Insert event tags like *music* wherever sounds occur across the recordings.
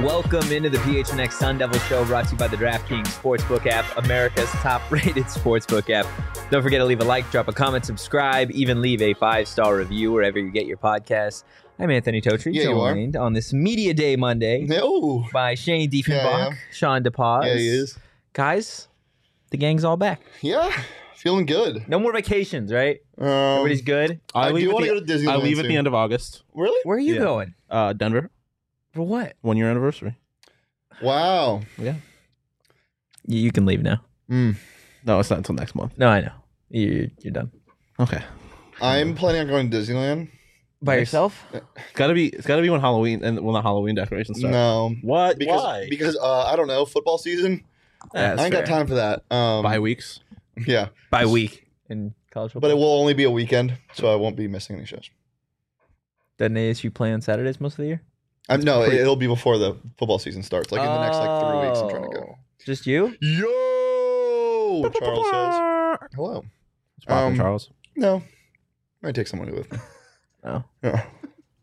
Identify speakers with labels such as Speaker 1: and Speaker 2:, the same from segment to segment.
Speaker 1: Welcome into the PHNX Sun Devil Show brought to you by the DraftKings Sportsbook app, America's top rated *laughs* sportsbook app. Don't forget to leave a like, drop a comment, subscribe, even leave a five star review wherever you get your podcasts. I'm Anthony Totri,
Speaker 2: Yeah, you are.
Speaker 1: joined on this Media Day Monday
Speaker 2: No.
Speaker 1: by Shane Diefenbach,
Speaker 2: Yeah, I am.
Speaker 1: Sean DePaz.
Speaker 2: Yeah, he is.
Speaker 1: Guys, the gang's all back.
Speaker 2: Yeah, feeling good.
Speaker 1: No more vacations, right?
Speaker 2: Um,
Speaker 1: Everybody's good.
Speaker 2: I do
Speaker 3: at
Speaker 2: wanna
Speaker 3: the-
Speaker 2: go to Disneyland
Speaker 3: I leave at
Speaker 2: soon.
Speaker 3: the end of August.
Speaker 2: really?
Speaker 1: Where are you
Speaker 3: Yeah.
Speaker 1: going?
Speaker 3: Uh, Denver,
Speaker 1: For what?
Speaker 3: one year anniversary.
Speaker 2: Wow.
Speaker 1: You, you can leave now.
Speaker 2: Mm.
Speaker 3: No, it's not until next month.
Speaker 1: No, I know. You, you're done.
Speaker 3: Okay,
Speaker 2: I'm planning on going to Disneyland.
Speaker 1: By
Speaker 3: Nice.
Speaker 1: yourself?
Speaker 3: it's gotta be. It's gotta be when Halloween and well, not Halloween decorations start.
Speaker 2: No.
Speaker 3: What?
Speaker 2: Because
Speaker 3: Why?
Speaker 2: because uh, I don't know football season.
Speaker 3: That's
Speaker 2: I ain't got
Speaker 3: fair.
Speaker 2: time for that. Um,
Speaker 3: Bye weeks.
Speaker 2: yeah,
Speaker 1: By week in college football.
Speaker 2: but it will only be a weekend, so I won't be missing any shows.
Speaker 1: Doesn't ASU play on Saturdays most of the year?
Speaker 2: Um, no,
Speaker 3: pretty-
Speaker 2: it, will be before the football season starts. Like in the next like three weeks, I'm trying to go.
Speaker 1: Just
Speaker 3: Oh.
Speaker 1: you?
Speaker 2: Yo, Charles says hello.
Speaker 3: It's poppin',
Speaker 2: Um,
Speaker 3: Charles.
Speaker 2: No, I take somebody with me.
Speaker 1: Oh.
Speaker 2: Yeah.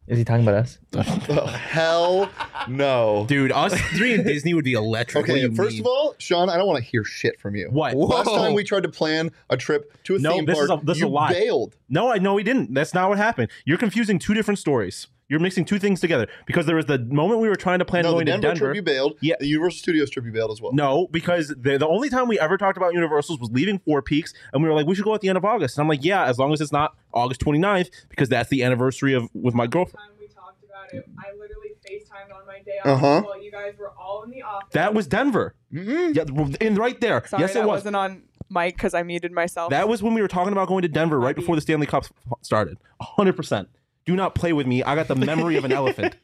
Speaker 1: Is he talking about us?
Speaker 2: Oh, *laughs* hell no.
Speaker 3: Dude, us three and Disney would be electric.
Speaker 2: Okay, first of all, Sean, I don't want to hear shit from you.
Speaker 3: What?
Speaker 2: Last
Speaker 3: Whoa.
Speaker 2: time we tried to plan a trip to a
Speaker 3: No,
Speaker 2: theme
Speaker 3: this
Speaker 2: park,
Speaker 3: is a- this is
Speaker 2: you
Speaker 3: a lie.
Speaker 2: bailed.
Speaker 3: no, I no, we didn't. That's not what happened. You're confusing two different stories. You're mixing two things together because there was the moment we were trying to plan
Speaker 2: no, the
Speaker 3: going
Speaker 2: Denver,
Speaker 3: to Denver.
Speaker 2: trip you bailed.
Speaker 3: Yeah.
Speaker 2: the Universal Studios trip you bailed as well.
Speaker 3: No, because the, the only time we ever talked about Universals was leaving Four Peaks, and we were like, we should go at the end of August. And I'm like, yeah, as long as it's not August 29th, because that's the anniversary of with my girlfriend.
Speaker 4: time we talked about it, I literally FaceTimed on my day off
Speaker 2: Uh-huh.
Speaker 4: while you guys were all in the office.
Speaker 3: That was Denver.
Speaker 2: Mm-mm.
Speaker 3: Yeah, in right there.
Speaker 4: Mm-hmm. Sorry,
Speaker 3: yes,
Speaker 4: that
Speaker 3: it was.
Speaker 4: not on mic because I muted myself.
Speaker 3: That was when we were talking about going to Denver right before the Stanley Cup started. 100%. Do not play with me. I got the memory of an
Speaker 4: *laughs*
Speaker 3: elephant.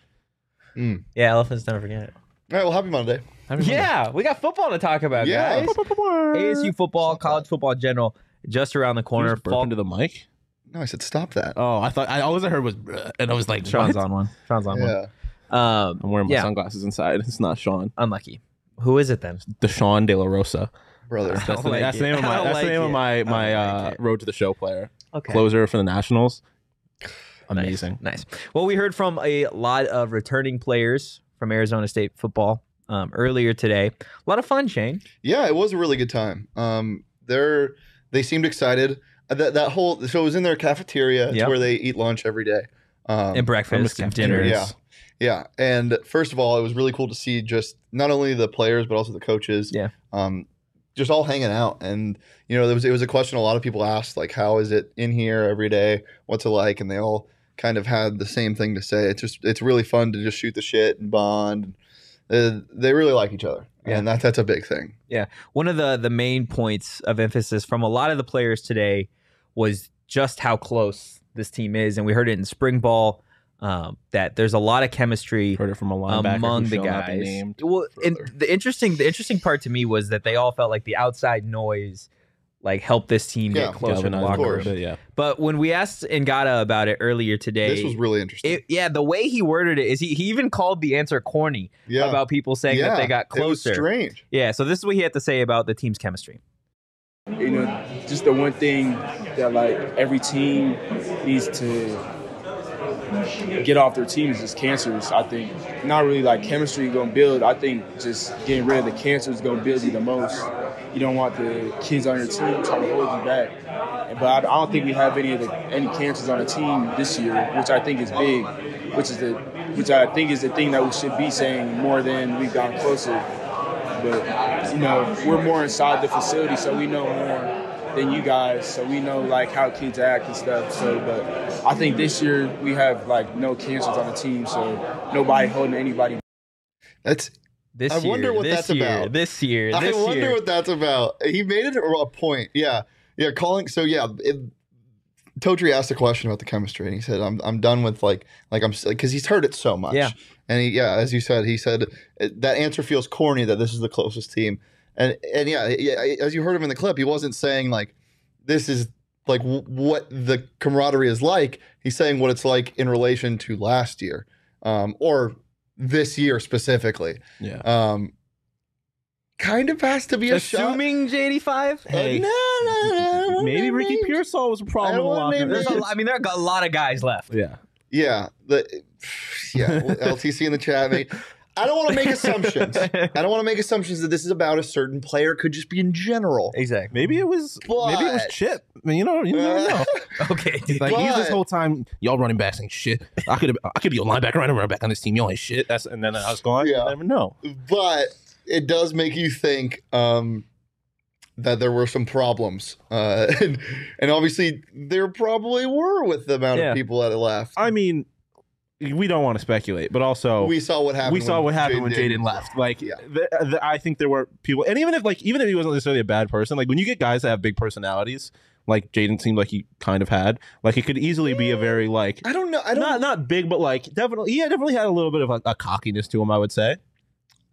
Speaker 1: Yeah, elephants don't forget it.
Speaker 2: All right, well, happy Monday.
Speaker 1: *laughs* Yeah, we got football to talk about,
Speaker 2: Yeah.
Speaker 1: guys. ASU football, college football in general, just around the corner. Fall-
Speaker 3: into the mic.
Speaker 2: No, I said stop that.
Speaker 3: Oh, I thought I always I heard was, "Bruh," and I was
Speaker 1: *laughs*
Speaker 3: like,
Speaker 1: Sean's
Speaker 3: what?
Speaker 1: on one. Sean's on
Speaker 2: yeah,
Speaker 1: one. Um,
Speaker 3: I'm wearing my
Speaker 1: Yeah.
Speaker 3: sunglasses inside. It's not Sean.
Speaker 1: unlucky. Who is it then?
Speaker 3: Deshaun De La Rosa.
Speaker 2: brother.
Speaker 3: That's, the,
Speaker 1: I don't
Speaker 3: that's
Speaker 1: like
Speaker 3: the
Speaker 1: it.
Speaker 3: name of
Speaker 1: I
Speaker 3: my
Speaker 1: don't
Speaker 3: that's the
Speaker 1: like
Speaker 3: name
Speaker 1: it.
Speaker 3: of my
Speaker 1: don't
Speaker 3: my uh,
Speaker 1: like it.
Speaker 3: road to the show player
Speaker 1: Okay.
Speaker 3: closer for the Nationals.
Speaker 1: Nice,
Speaker 3: Amazing.
Speaker 1: Nice. Well, we heard from a lot of returning players from Arizona State football um, earlier today. A lot of fun, Shane.
Speaker 2: yeah, it was a really good time. Um, they're they seemed excited. Uh, That that whole so it was in their cafeteria it's
Speaker 1: Yep.
Speaker 2: where they eat lunch every day. Um,
Speaker 1: and breakfast and dinner.
Speaker 2: Yeah. Yeah, and first of all, it was really cool to see just not only the players but also the coaches.
Speaker 1: Yeah.
Speaker 2: Um, just all hanging out, and you know, there was it was a question a lot of people asked, like, how is it in here every day? What's it like? And they all kind of had the same thing to say. It's just it's really fun to just shoot the shit and bond. Uh, they really like each other,
Speaker 1: Yeah.
Speaker 2: and that that's a big thing.
Speaker 1: one of the the main points of emphasis from a lot of the players today was just how close this team is, and we heard it in spring ball um, that there's a lot of chemistry
Speaker 3: Heard it from a linebacker
Speaker 1: among
Speaker 3: who
Speaker 1: the
Speaker 3: shall not be
Speaker 1: guys.
Speaker 3: named.
Speaker 1: Well, and
Speaker 2: further.
Speaker 1: the interesting the interesting part to me was that they all felt like the outside noise like helped this team
Speaker 2: Yeah.
Speaker 1: get closer to the
Speaker 3: Galvanized
Speaker 2: of
Speaker 3: a
Speaker 1: locker
Speaker 3: little
Speaker 2: course.
Speaker 1: room.
Speaker 3: bit, yeah.
Speaker 1: But when we asked Ngata about it earlier today,
Speaker 2: This was really interesting.
Speaker 1: it, yeah, the way he worded it is he, he even called the answer corny
Speaker 2: yeah,
Speaker 1: about people saying that they got
Speaker 2: It was
Speaker 1: closer.
Speaker 2: strange.
Speaker 1: Yeah, so this is what he had to say about the team's chemistry.
Speaker 5: you know, just the one thing that like every team needs to get off their team is just cancers. I think not really like chemistry gonna build. I think just getting rid of the cancer is gonna build you the most. You don't want the kids on your team trying to hold you back. But I I don't think we have any of the any cancers on the team this year, which I think is big. Which is the which I think is the thing that we should be saying more than we've gotten closer but you know we're more inside the facility so we know more than you guys so we know like how kids act and stuff so but i think this year we have like no cancers on the team so nobody holding anybody
Speaker 2: That's
Speaker 1: This
Speaker 2: I
Speaker 1: year,
Speaker 2: wonder what
Speaker 1: this
Speaker 2: that's
Speaker 1: year,
Speaker 2: about.
Speaker 1: This year,
Speaker 2: I
Speaker 1: this
Speaker 2: wonder
Speaker 1: year.
Speaker 2: what that's about. He made it a point. Yeah. Yeah. Calling. So, yeah. It, Totri asked a question about the chemistry and he said, I'm, I'm done with like, like I'm, because he's heard it so much.
Speaker 1: Yeah.
Speaker 2: And he, yeah, as you said, he said "It- that answer feels corny that this is the closest team. And, and yeah, yeah, as you heard him in the clip, he wasn't saying like, this is like w- what the camaraderie is like. He's saying what it's like in relation to last year um, or this year specifically.
Speaker 3: Yeah.
Speaker 2: Um, kind of has to be a shot. Uh,
Speaker 1: Assuming JD5?
Speaker 3: Hey,
Speaker 2: no, no, no, I don't
Speaker 3: Maybe
Speaker 2: wanna
Speaker 3: Ricky
Speaker 2: name-
Speaker 3: Pearsall was a
Speaker 2: I
Speaker 3: problem.
Speaker 2: don't
Speaker 3: in the
Speaker 2: wanna
Speaker 3: locker
Speaker 2: name
Speaker 3: room.
Speaker 1: There's a lot, I mean, there are a lot of guys left.
Speaker 3: *laughs* Yeah. *laughs*
Speaker 2: Yeah, the yeah, LTC in the chat. Mate. I don't want to make assumptions. I don't want to make assumptions that this is about a certain player. It could just be in general.
Speaker 1: Exactly.
Speaker 3: Maybe it was maybe it was
Speaker 2: But-
Speaker 3: Chip. I mean, you know, you
Speaker 2: *laughs*
Speaker 3: never know.
Speaker 1: Okay.
Speaker 3: He's like he's this
Speaker 2: But-
Speaker 3: whole time y'all running backs ain't shit. I could I could be a linebacker and a running back on this team. Y'all ain't shit. That's and then I was going.
Speaker 2: Yeah.
Speaker 3: You never know.
Speaker 2: but it does make you think um, that there were some problems, uh, *laughs* and, and obviously there probably were with the amount
Speaker 1: Yeah.
Speaker 2: of people that left.
Speaker 3: I mean, we don't want to speculate, but also
Speaker 2: we saw what happened.
Speaker 3: we saw
Speaker 2: when
Speaker 3: what happened when
Speaker 2: Jaden-
Speaker 3: Jaden left. Like,
Speaker 2: Yeah.
Speaker 3: th- th- I think there were people, and even if like even if he wasn't necessarily a bad person, like when you get guys that have big personalities, like Jaden seemed like he kind of had, like he could easily be a very like
Speaker 2: I don't know. I don't.
Speaker 3: not not big, but like definitely, yeah, definitely had a little bit of a, a cockiness to him. I would say.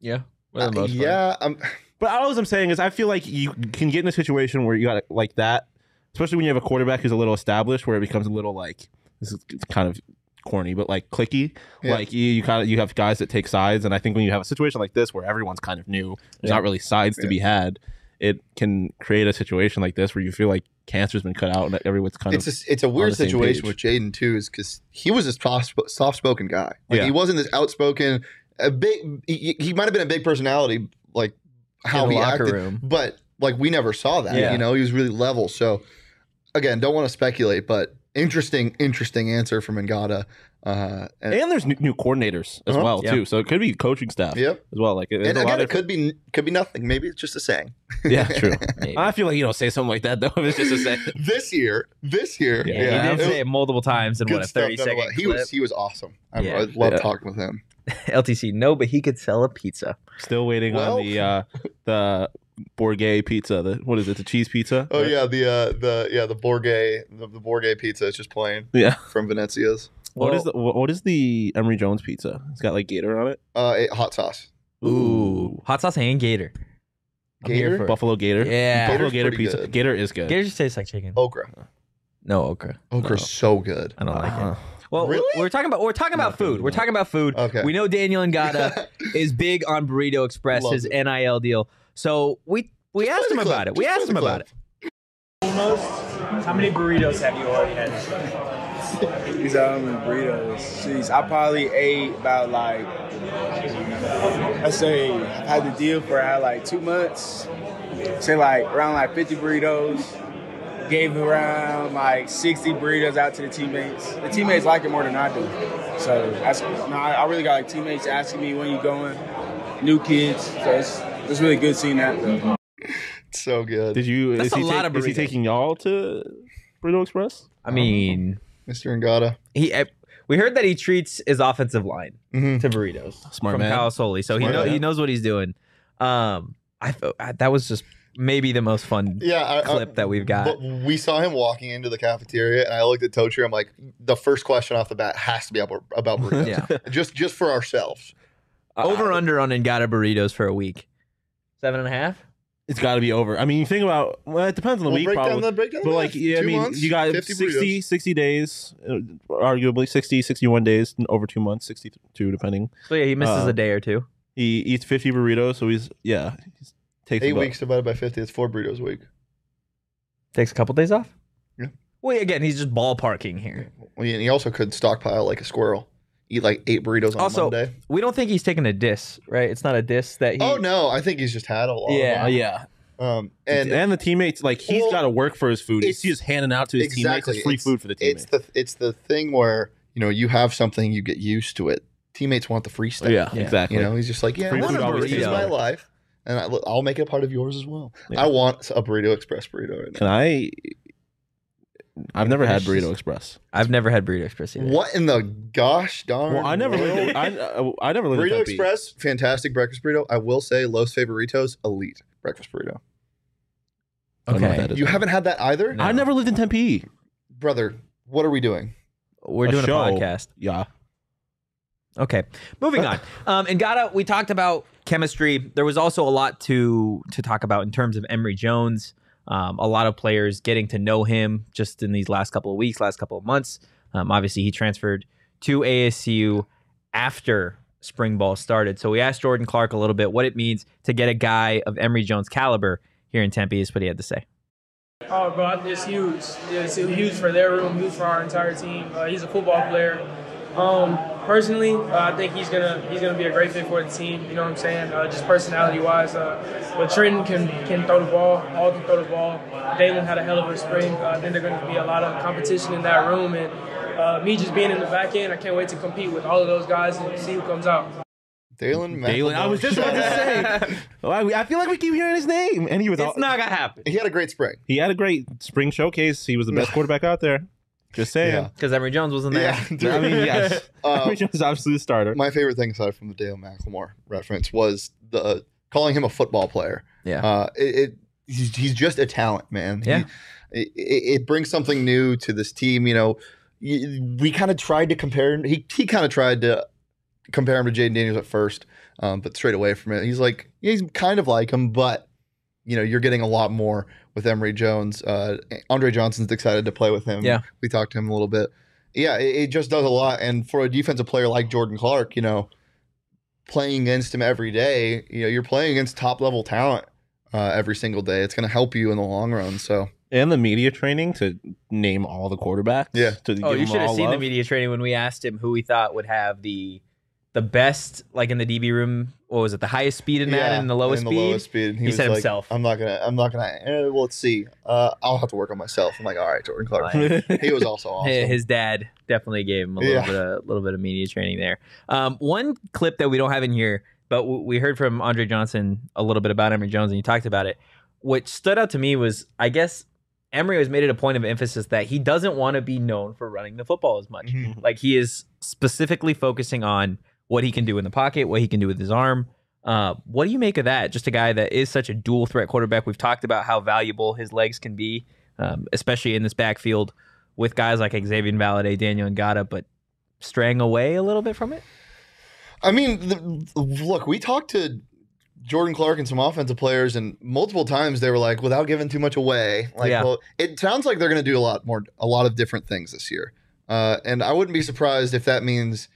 Speaker 1: Yeah.
Speaker 2: uh, yeah, I'm,
Speaker 3: But all I'm saying is, I feel like you can get in a situation where you got like that, especially when you have a quarterback who's a little established, where it becomes a little like this is it's kind of corny, but like clicky.
Speaker 2: Yeah.
Speaker 3: Like you, you kind of you have guys that take sides, and I think when you have a situation like this where everyone's kind of new, there's
Speaker 1: Yeah.
Speaker 3: not really sides to
Speaker 2: Yeah.
Speaker 3: be had. It can create a situation like this where you feel like cancer's been cut out and everyone's kind
Speaker 2: it's
Speaker 3: of.
Speaker 2: a, it's a
Speaker 3: the
Speaker 2: weird
Speaker 3: same
Speaker 2: situation
Speaker 3: page.
Speaker 2: with Jaden too, is because he was a soft soft spoken guy. Like
Speaker 3: Yeah.
Speaker 2: he wasn't this outspoken. A big he, he might have been a big personality, like how
Speaker 1: In the
Speaker 2: he
Speaker 1: locker
Speaker 2: acted,
Speaker 1: room.
Speaker 2: *laughs* but like we never saw that.
Speaker 1: Yeah.
Speaker 2: You know, he was really level. So again, don't want to speculate, but interesting, interesting answer from Ngata. Uh, and,
Speaker 3: and there's new, new coordinators as
Speaker 2: Uh-huh.
Speaker 3: well
Speaker 1: Yeah.
Speaker 3: too, so it could be coaching staff
Speaker 2: yep.
Speaker 3: as well. Like there's
Speaker 2: And
Speaker 3: a
Speaker 2: again,
Speaker 3: lot
Speaker 2: it
Speaker 3: of
Speaker 2: could be could be nothing. Maybe it's just a saying.
Speaker 3: *laughs*
Speaker 2: *laughs*
Speaker 3: yeah, true.
Speaker 1: Maybe.
Speaker 3: I feel like you don't say something like that though. *laughs* If it's just a say.
Speaker 2: This year, this year,
Speaker 1: Yeah,
Speaker 2: yeah,
Speaker 1: he
Speaker 2: It
Speaker 1: did
Speaker 2: was
Speaker 1: say it multiple times in
Speaker 2: good
Speaker 1: what a
Speaker 2: stuff,
Speaker 1: thirty second
Speaker 2: nonetheless. He
Speaker 1: clip.
Speaker 2: was he was awesome. I,
Speaker 1: Yeah.
Speaker 2: I love
Speaker 3: Yeah.
Speaker 2: talking with him.
Speaker 1: LTC, no, but he could sell a pizza.
Speaker 3: Still waiting
Speaker 2: Well-
Speaker 3: on the uh the Borgay pizza. The what is it? The cheese pizza?
Speaker 2: Oh yeah, the uh, the yeah the Borgay the, the Borgay pizza is just plain
Speaker 3: Yeah. *laughs*
Speaker 2: from Venezia's.
Speaker 3: what
Speaker 1: Well,
Speaker 3: is the what what is the Emery Jones pizza? It's got like gator on it.
Speaker 2: Uh, it, hot sauce.
Speaker 1: Ooh, hot sauce and gator. I'm here
Speaker 2: Gator?
Speaker 1: for it.
Speaker 3: Buffalo gator.
Speaker 1: Yeah.
Speaker 3: Buffalo
Speaker 2: Gator's
Speaker 3: gator
Speaker 2: pretty
Speaker 3: pizza.
Speaker 2: good.
Speaker 3: Gator is good.
Speaker 1: Gator just tastes like chicken.
Speaker 2: Okra.
Speaker 3: Oh.
Speaker 1: No okra.
Speaker 2: Okra's so good.
Speaker 1: I don't like it.
Speaker 3: Uh,
Speaker 1: Well,
Speaker 2: Really?
Speaker 1: we're, we're talking about we're talking about
Speaker 3: Nothing.
Speaker 1: food. We're talking about food.
Speaker 2: Okay.
Speaker 1: We know Daniel Ngata
Speaker 2: *laughs*
Speaker 1: is big on Burrito Express,
Speaker 2: Love
Speaker 1: his
Speaker 2: it.
Speaker 1: NIL deal. So we we asked him about it. We asked him about it.
Speaker 6: How many burritos have you already had?
Speaker 5: These are my burritos. Jeez, I probably ate about like I say I had the deal for I had like two months. Say like around like 50 burritos. Gave around like 60 burritos out to the teammates. The teammates like it more than I do. So that's no, I, I really got like teammates asking me when you going. New kids. So it's, it's really good seeing that though.
Speaker 2: It's so good.
Speaker 3: did you
Speaker 1: That's
Speaker 3: is he,
Speaker 1: a lot
Speaker 3: ta-
Speaker 1: of
Speaker 3: is he
Speaker 1: burritos.
Speaker 3: taking y'all to Burrito Express?
Speaker 1: I mean,
Speaker 2: Mr. Ngata.
Speaker 1: he I, we heard that he treats his offensive line
Speaker 2: Mhm.
Speaker 1: to burritos
Speaker 3: Smart
Speaker 1: from
Speaker 3: man.
Speaker 1: Kyle Soli, so he
Speaker 2: Smart
Speaker 1: know, he
Speaker 2: man.
Speaker 1: knows what he's doing. Um, I, fe- I that was just maybe the most fun
Speaker 2: Yeah, I, I-
Speaker 1: clip that we've got.
Speaker 2: But we saw him walking into the cafeteria, and I looked at Tocher. I'm like, the first question off the bat has to be about, about
Speaker 3: *laughs*
Speaker 2: burritos.
Speaker 1: yeah,
Speaker 2: *laughs* Just just for ourselves.
Speaker 1: over under on Ngata burritos for a week, seven and a half.
Speaker 3: It's got to be over. I mean, you think about well, it depends on the
Speaker 2: We'll
Speaker 3: week
Speaker 2: break
Speaker 3: probably.
Speaker 2: down the breakdown.
Speaker 3: but like yeah, I mean, you got 60, 60 days, uh, arguably 60, 61 days, over 2 months, 62 depending.
Speaker 1: So yeah, he misses
Speaker 3: Uh,
Speaker 1: a day or two.
Speaker 3: He eats 50 burritos, so he's yeah, he's takes
Speaker 2: Eight
Speaker 3: about-
Speaker 2: weeks divided by 50. That's four burritos a week.
Speaker 1: Takes a couple days off.
Speaker 2: Yeah.
Speaker 1: Well, again, he's just ballparking here.
Speaker 2: Well, yeah, And he also could stockpile like a squirrel. Eat like eight burritos on
Speaker 1: Also,
Speaker 2: Monday.
Speaker 1: We don't think he's taking a diss, right? It's not a diss that he.
Speaker 2: oh no, I think he's just had a lot. of
Speaker 1: Yeah.
Speaker 3: Uh, yeah,
Speaker 2: them. Um,
Speaker 3: and
Speaker 2: Oh, and
Speaker 3: and the teammates like he's
Speaker 2: Well,
Speaker 3: got to work for his food. He's
Speaker 2: it's-
Speaker 3: just handing out to his teammates. It's free food for the
Speaker 2: It's
Speaker 3: teammates.
Speaker 2: the it's the thing where you know you have something, you get used to it. Teammates want the free stuff.
Speaker 3: Oh, yeah,
Speaker 1: Yeah.
Speaker 3: exactly.
Speaker 2: you know, he's just like, yeah,
Speaker 3: Free
Speaker 2: I want
Speaker 3: food
Speaker 2: a
Speaker 3: always
Speaker 2: burrito. This is
Speaker 1: tastes
Speaker 2: my
Speaker 1: better.
Speaker 2: life, and I, look, I'll make it a part of yours as well.
Speaker 3: Yeah.
Speaker 2: I want a burrito express burrito right now.
Speaker 3: Can I? I've never had
Speaker 2: It's just-
Speaker 3: Burrito Express.
Speaker 1: I've never had burrito express either.
Speaker 2: What in the gosh darn?
Speaker 3: Well, I never
Speaker 2: world?
Speaker 3: *laughs* lived. At, I uh, I never lived.
Speaker 2: burrito
Speaker 3: at that beat.
Speaker 2: express, fantastic breakfast burrito. I will say, Los Favoritos, elite breakfast burrito.
Speaker 3: I don't know what
Speaker 1: Okay.
Speaker 3: that is.
Speaker 2: You haven't had that either,
Speaker 1: No.
Speaker 3: I never lived in Tempe.
Speaker 2: brother. What are we doing?
Speaker 1: We're
Speaker 3: A
Speaker 1: doing
Speaker 3: show.
Speaker 1: a podcast.
Speaker 3: Yeah,
Speaker 1: Okay, moving on. Um, and Gata, we talked about chemistry. There was also a lot to to talk about in terms of Emory Jones. Um, a lot of players getting to know him just in these last couple of weeks, last couple of months. Um, obviously, he transferred to ASU after spring ball started. So we asked Jordan Clark a little bit what it means to get a guy of Emory Jones caliber here in Tempe. Is what he had to say.
Speaker 6: Oh, bro, I- it's huge. It's huge for their room, huge for our entire team. Uh, he's a football player. Um,
Speaker 7: personally, uh, I think he's gonna he's gonna be a great fit for the team. You know what I'm saying? Uh, just personality wise, uh, but Trenton can can throw the ball. Hall can throw the ball. Dalen had a hell of a spring. Uh, then there's gonna be a lot of competition in that room, and uh, me just being in the back end, I can't wait to compete with all of those guys and see who comes out.
Speaker 2: Dalen
Speaker 3: Dalen, I was just about
Speaker 1: *laughs*
Speaker 3: to say. Well, I I feel like we keep hearing his name, and he was. all-
Speaker 1: It's not gonna happen
Speaker 2: *laughs* He had a great
Speaker 3: *laughs*
Speaker 2: spring.
Speaker 3: he had a great spring showcase. He was the
Speaker 2: *laughs*
Speaker 3: best quarterback out there. Just saying.
Speaker 1: because Emory Jones wasn't there.
Speaker 2: dude.
Speaker 3: I mean,
Speaker 2: *laughs*
Speaker 3: yes,
Speaker 2: Uh,
Speaker 3: *laughs* Emory Jones is obviously the starter.
Speaker 2: my favorite thing aside from the Dale McLemore reference was the uh, calling him a football player.
Speaker 1: Yeah.
Speaker 2: Uh, it, it he's, he's just a talent, man. He-
Speaker 1: Yeah.
Speaker 2: it, it it brings something new to this team. You know, Y- we kind of tried to compare. He he kind of tried to compare him to Jaden Daniels at first, um, but straight away from it, he's like he's kind of like him, but you know, you're getting a lot more with Emory Jones. Uh, Andre Johnson's excited to play with him.
Speaker 1: Yeah.
Speaker 2: we talked to him a little bit. Yeah, it, it just does a lot. And for a defensive player like Jordan Clark, you know, playing against him every day, you know, you're playing against top level talent uh, every single day. It's going to help you in the long run. So
Speaker 3: and the media training to name all the quarterbacks.
Speaker 2: Yeah.
Speaker 3: To give
Speaker 1: Oh, you
Speaker 3: them
Speaker 1: should have
Speaker 3: all
Speaker 1: seen the
Speaker 3: *laughs* love.
Speaker 1: media training when we asked him who he thought would have the the best, like in the DB room. What was it? The highest speed in that, and the lowest
Speaker 2: and
Speaker 1: speed.
Speaker 2: And
Speaker 1: He
Speaker 2: was
Speaker 1: said
Speaker 2: like,
Speaker 1: himself.
Speaker 2: I'm not gonna. I'm not gonna. Eh, well, let's see. Uh, I'll have to work on myself. I'm like, all right, Jordan Clark. he was
Speaker 1: *laughs*
Speaker 2: also awesome.
Speaker 1: Hey, *laughs* His dad definitely gave him a little
Speaker 2: Yeah.
Speaker 1: bit, of, little bit of media training there. Um, one clip that we don't have in here, but w- we heard from Andre Johnson a little bit about Emory Jones, and you talked about it. What stood out to me was, I guess, Emory has made it a point of emphasis that he doesn't want to be known for running the football as much.
Speaker 2: Mhm.
Speaker 1: Like he is specifically focusing on what he can do in the pocket, what he can do with his arm. Uh, what do you make of that? Just a guy that is such a dual threat quarterback. We've talked about how valuable his legs can be, um, especially in this backfield with guys like Xavier Valade, Daniel Ngata, but straying away a little bit from it.
Speaker 2: I mean, the, look, we talked to Jordan Clark and some offensive players, and multiple times they were like, without giving too much away. Like,
Speaker 1: Yeah.
Speaker 2: well, it sounds like they're going to do a lot more, a lot of different things this year, uh, and I wouldn't be surprised if that means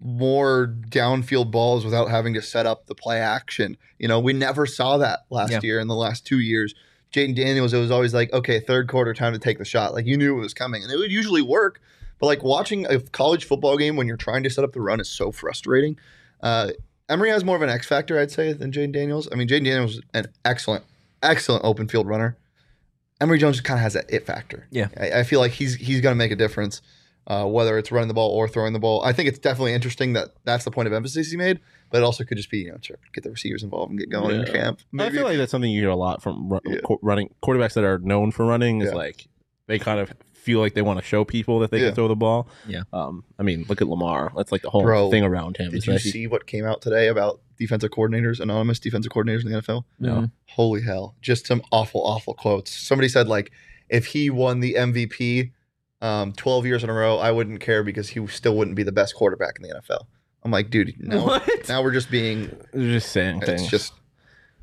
Speaker 2: more downfield balls without having to set up the play action. You know, we never saw that last
Speaker 1: Yeah.
Speaker 2: year in the last two years. Jaden Daniels, it was always like, okay, third quarter, time to take the shot. Like you knew it was coming, and it would usually work. But like watching a college football game when you're trying to set up the run is so frustrating. Uh, Emory has more of an X factor, I'd say, than Jaden Daniels. I mean, Jaden Daniels is an excellent, excellent open field runner. Emory Jones just kind of has that it factor.
Speaker 1: Yeah.
Speaker 2: I, I feel like he's he's going to make a difference, uh, whether it's running the ball or throwing the ball. I think it's definitely interesting that that's the point of emphasis he made, but it also could just be you know sure, get the receivers involved and get going in
Speaker 3: Yeah.
Speaker 2: camp.
Speaker 3: I feel like that's something you hear a lot from ru-
Speaker 2: Yeah.
Speaker 3: qu- running quarterbacks that are known for running. Is
Speaker 2: Yeah.
Speaker 3: like they kind of feel like they want to show people that they
Speaker 2: Yeah.
Speaker 3: can throw the ball.
Speaker 1: Yeah.
Speaker 3: Um. I mean, look at Lamar. That's like the whole
Speaker 2: Bro,
Speaker 3: thing around him.
Speaker 2: Did
Speaker 3: is
Speaker 2: you
Speaker 3: that he-
Speaker 2: see what came out today about defensive coordinators, anonymous defensive coordinators in the NFL?
Speaker 3: No.
Speaker 2: Holy hell. Just some awful, awful quotes. Somebody said, like, if he won the MVP um, 12 years in a row, I wouldn't care because he still wouldn't be the best quarterback in the NFL. I'm like,
Speaker 3: *laughs*
Speaker 2: dude, no.
Speaker 1: *laughs* What?
Speaker 2: Now we're just being,
Speaker 3: They're just saying
Speaker 2: it's
Speaker 3: things.
Speaker 2: just,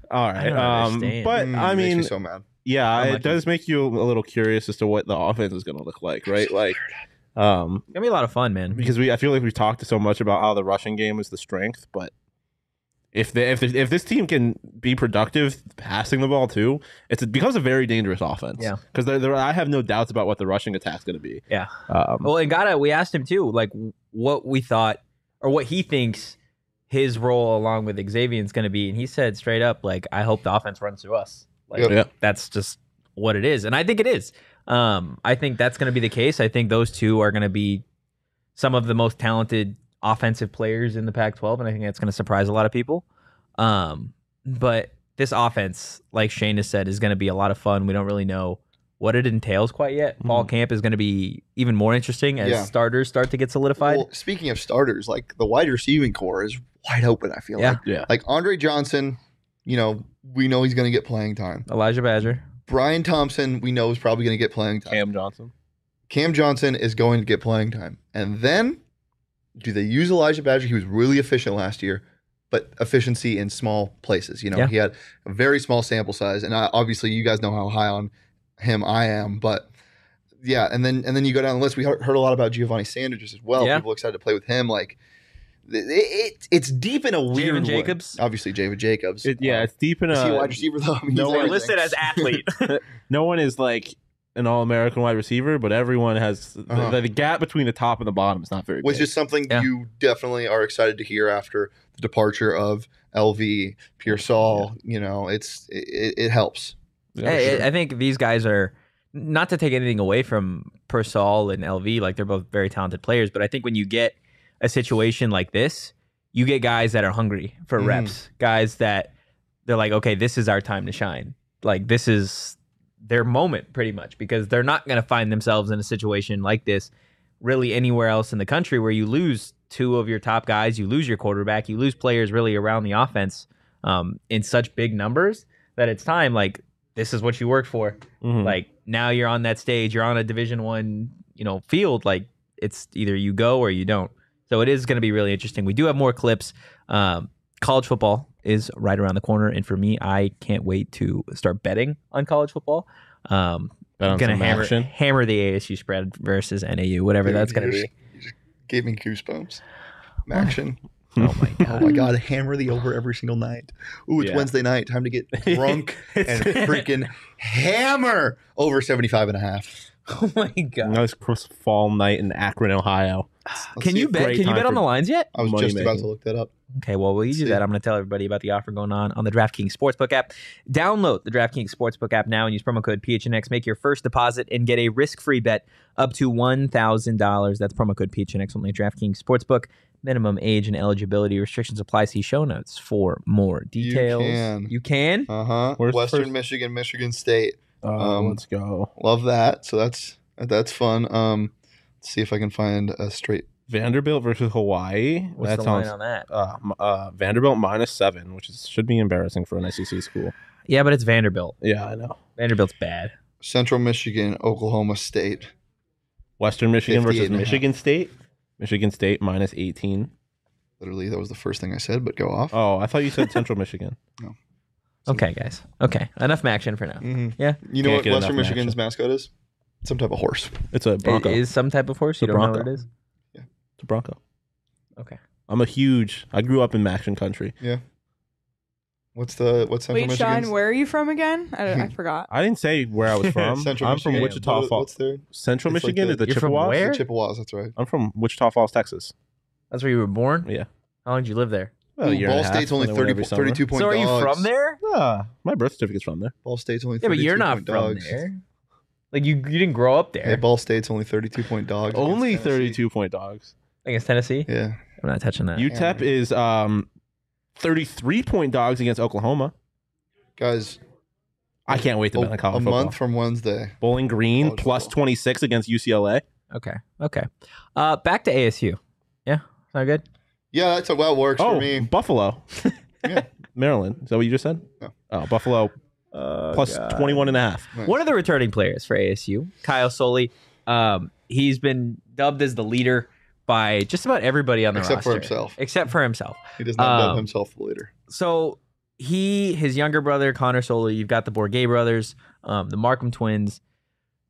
Speaker 3: All
Speaker 1: I
Speaker 3: right.
Speaker 1: don't
Speaker 3: Um.
Speaker 1: understand.
Speaker 3: But
Speaker 2: mm,
Speaker 3: I
Speaker 2: makes me
Speaker 3: mean,
Speaker 2: so mad.
Speaker 3: yeah,
Speaker 1: I'm
Speaker 3: it
Speaker 1: like-
Speaker 3: does make you a little curious as to what the offense is going to look like, right? Like, um,
Speaker 1: It's gonna be a lot of fun, man.
Speaker 3: because we I feel like we've talked so much about how the rushing game is the strength, but if the, if the, if this team can be productive passing the ball too, it's, it becomes a very dangerous offense.
Speaker 1: Yeah.
Speaker 3: because there, there, I have no doubts about what the rushing attack's going to be.
Speaker 1: Yeah.
Speaker 3: Um,
Speaker 1: Well, and Ngata, we asked him too, like what we thought or what he thinks his role along with Xavier is gonna be, and he said straight up, like, I hope the offense runs through us. Like,
Speaker 2: Yeah.
Speaker 3: Yeah.
Speaker 1: that's just what it is. And I think it is. Um, I think that's going to be the case. I think those two are going to be some of the most talented offensive players in the Pac 12. And I think that's going to surprise a lot of people. Um, but this offense, like Shane has said, is going to be a lot of fun. We don't really know what it entails quite yet. Paul Camp is going to be even more interesting as
Speaker 2: Mm-hmm. Yeah.
Speaker 1: starters start to get solidified.
Speaker 2: Well, speaking of starters, like the wide receiving core is wide open, I feel
Speaker 1: Yeah.
Speaker 2: like.
Speaker 3: yeah,
Speaker 2: Like Andre Johnson, you know, we know he's going to get playing time.
Speaker 1: Elijah Badger.
Speaker 2: Brian Thompson, we know is probably going to get playing time.
Speaker 3: Cam Johnson.
Speaker 2: Cam Johnson is going to get playing time. And then do they use Elijah Badger? He was really efficient last year, but efficiency in small places. You know,
Speaker 1: Yeah.
Speaker 2: he had a very small sample size. And I, obviously, you guys know how high on him I am. But yeah, and then and then you go down the list. We heard heard a lot about Giovanni Sanders as well.
Speaker 1: Yeah.
Speaker 2: People excited to play with him. Like, th- it, it, it's deep in a weird way.
Speaker 1: Jacobs?
Speaker 2: Obviously, Javen Jacobs.
Speaker 3: It- yeah,
Speaker 2: Uh,
Speaker 3: it's deep in
Speaker 2: is he a
Speaker 3: a.
Speaker 2: *laughs* wide receiver, though? I mean,
Speaker 3: no
Speaker 2: *laughs* he's
Speaker 3: one
Speaker 2: everything.
Speaker 1: athlete.
Speaker 3: No one is like an All American wide receiver, but everyone has the,
Speaker 2: Uh-huh.
Speaker 3: the, the gap between the top and the bottom is not very
Speaker 2: which
Speaker 3: big.
Speaker 2: is something
Speaker 1: Yeah.
Speaker 2: you definitely are excited to hear after the departure of LV Pearsall. You know, it's it, it helps.
Speaker 3: Yeah,
Speaker 1: I-
Speaker 3: sure.
Speaker 1: I, I think these guys are not to take anything away from Persol and LV, like they're both very talented players, but I think when you get a situation like this, you get guys that are hungry for
Speaker 2: Mhm.
Speaker 1: reps, guys that they're like, okay, this is our time to shine. Like this is their moment pretty much because they're not going to find themselves in a situation like this really anywhere else in the country where you lose two of your top guys, you lose your quarterback, you lose players really around the offense um, in such big numbers that it's time like this is what you work for.
Speaker 3: Mhm.
Speaker 1: Like now you're on that stage, you're on a Division One, you know, field. Like it's either you go or you don't. So it is going to be really interesting. We do have more clips. Um, college football is right around the corner, and for me, I can't wait to start betting on college football. Um,
Speaker 3: Bet on
Speaker 1: gonna
Speaker 3: some
Speaker 1: hammer
Speaker 3: action.
Speaker 1: hammer the ASU spread versus NAU, whatever
Speaker 2: Dude,
Speaker 1: that's gonna
Speaker 2: you
Speaker 1: be.
Speaker 2: just- you just Gave
Speaker 1: *sighs*
Speaker 2: me goosebumps. Action.
Speaker 1: Oh my
Speaker 3: *laughs*
Speaker 2: Oh
Speaker 1: god! *laughs*
Speaker 2: my God, hammer the over every single night. Ooh, it's
Speaker 1: Yeah.
Speaker 2: Wednesday night. Time
Speaker 1: *laughs*
Speaker 2: to get drunk and freaking hammer over 75 and a half.
Speaker 1: Oh my god!
Speaker 3: Nice crisp fall night in Akron, Ohio.
Speaker 2: Let's
Speaker 1: Can
Speaker 2: see
Speaker 1: you
Speaker 2: if-
Speaker 1: bet?
Speaker 3: great
Speaker 1: Can you
Speaker 3: time
Speaker 1: bet on
Speaker 3: for-
Speaker 1: the lines yet?
Speaker 2: I was
Speaker 3: money
Speaker 2: just about
Speaker 3: making.
Speaker 2: to look that up.
Speaker 1: Okay, well, will you do
Speaker 2: See.
Speaker 1: that? I'm going to tell everybody about the offer going on on the DraftKings Sportsbook app. Download the DraftKings Sportsbook app now and use promo code PHNX. Make your first deposit and get a risk-free bet up to $1,000. That's promo code PHNX only at DraftKings Sportsbook. Minimum age and eligibility restrictions apply. See show notes for more details.
Speaker 2: can.
Speaker 1: You can?
Speaker 2: Uh huh.
Speaker 3: Where's the
Speaker 2: Western
Speaker 3: first-
Speaker 2: Michigan, Michigan State.
Speaker 3: Uh,
Speaker 2: Um,
Speaker 3: let's go.
Speaker 2: Love that. So that's that's fun. Um, let's see if I can find a straight.
Speaker 3: Vanderbilt versus Hawaii.
Speaker 1: What's
Speaker 3: that
Speaker 1: the
Speaker 3: sounds
Speaker 1: line on that?
Speaker 3: uh, m- uh, Vanderbilt minus seven, which is, should be embarrassing for an SEC school.
Speaker 1: Yeah, but it's Vanderbilt.
Speaker 3: Yeah, I know.
Speaker 1: Vanderbilt's bad.
Speaker 2: Central Michigan, Oklahoma State.
Speaker 3: Western Michigan
Speaker 2: 58
Speaker 3: versus
Speaker 2: and a half.
Speaker 3: Michigan State. Michigan State minus 18.
Speaker 2: Literally, that was the first thing I said, but go off.
Speaker 3: Oh, I thought you said Central Michigan.
Speaker 1: Okay, guys. Okay, enough action for
Speaker 3: Mm,
Speaker 1: now.
Speaker 2: Mhm.
Speaker 1: Yeah.
Speaker 2: You know
Speaker 3: Can't
Speaker 2: what
Speaker 3: get enough
Speaker 2: Western Michigan's mascot is? Some type of horse.
Speaker 3: It's a
Speaker 1: It
Speaker 3: Bronco.
Speaker 1: is some type of horse. You
Speaker 3: The
Speaker 1: don't know what
Speaker 3: Bronco.
Speaker 1: it is?
Speaker 3: It's a Bronco.
Speaker 1: Okay.
Speaker 3: I'm a huge. I grew up in Maction country.
Speaker 2: What's the what's Central
Speaker 4: Wait,
Speaker 2: Michigan's?
Speaker 4: Sean, where are you from again?
Speaker 2: *laughs*
Speaker 4: I, don't, I forgot.
Speaker 3: I didn't say where I was from.
Speaker 2: Central
Speaker 3: I'm
Speaker 2: Michigan.
Speaker 3: from Wichita
Speaker 2: What-
Speaker 3: Falls.
Speaker 2: What's their
Speaker 3: Central
Speaker 2: It's like
Speaker 3: Michigan
Speaker 2: the-
Speaker 3: is the
Speaker 1: You're from
Speaker 3: Chippewas.
Speaker 1: where?
Speaker 2: the Chippewas? That's right.
Speaker 3: I'm from Wichita Falls, Texas.
Speaker 1: That's where you were born?
Speaker 3: Yeah.
Speaker 1: How long did you live there?
Speaker 3: Well, a
Speaker 2: Ooh,
Speaker 3: year and
Speaker 2: Ball
Speaker 3: a half
Speaker 2: State's only
Speaker 3: when I went
Speaker 2: 30,
Speaker 3: every
Speaker 2: po-
Speaker 3: summer.
Speaker 2: 32 point
Speaker 1: so are you
Speaker 2: dogs.
Speaker 1: from there?
Speaker 3: Ah, my birth certificate's from there.
Speaker 2: Ball State's only
Speaker 1: Yeah,
Speaker 2: 32
Speaker 1: but you're not from
Speaker 2: point dogs.
Speaker 1: there. Like you, you didn't grow up there.
Speaker 2: Yeah, Ball State's only 32 point dogs. against
Speaker 3: Only
Speaker 2: Tennessee.
Speaker 3: 32 point dogs.
Speaker 1: I guess Tennessee.
Speaker 2: Yeah.
Speaker 1: I'm not touching that.
Speaker 3: UTEP E is um, 33 point dogs against Oklahoma.
Speaker 2: Guys,
Speaker 3: I can't wait to
Speaker 2: Oh, a,
Speaker 3: bet on college
Speaker 2: a
Speaker 3: football.
Speaker 2: month Oh, from Wednesday.
Speaker 3: Bowling Green
Speaker 2: College
Speaker 3: plus
Speaker 2: football.
Speaker 3: 26 against UCLA.
Speaker 1: okay. Okay. Uh, back to ASU. Yeah. Sound good?
Speaker 2: Yeah, that's about works
Speaker 3: oh,
Speaker 2: for me.
Speaker 3: Buffalo. *laughs*
Speaker 2: Yeah.
Speaker 3: Maryland. Is that what you just said?
Speaker 2: No.
Speaker 3: Oh, Buffalo plus 21 and a half.
Speaker 2: Nice.
Speaker 1: One of the returning players for ASU, Kyle Soli. Um, he's been dubbed as the leader by just about everybody on the
Speaker 2: Except for
Speaker 1: roster,
Speaker 2: himself.
Speaker 1: Except for himself.
Speaker 2: He does not
Speaker 1: Um,
Speaker 2: dub himself the leader.
Speaker 1: so he, his younger brother Connor Soli, you've got the Borgay brothers, um, the Markham twins.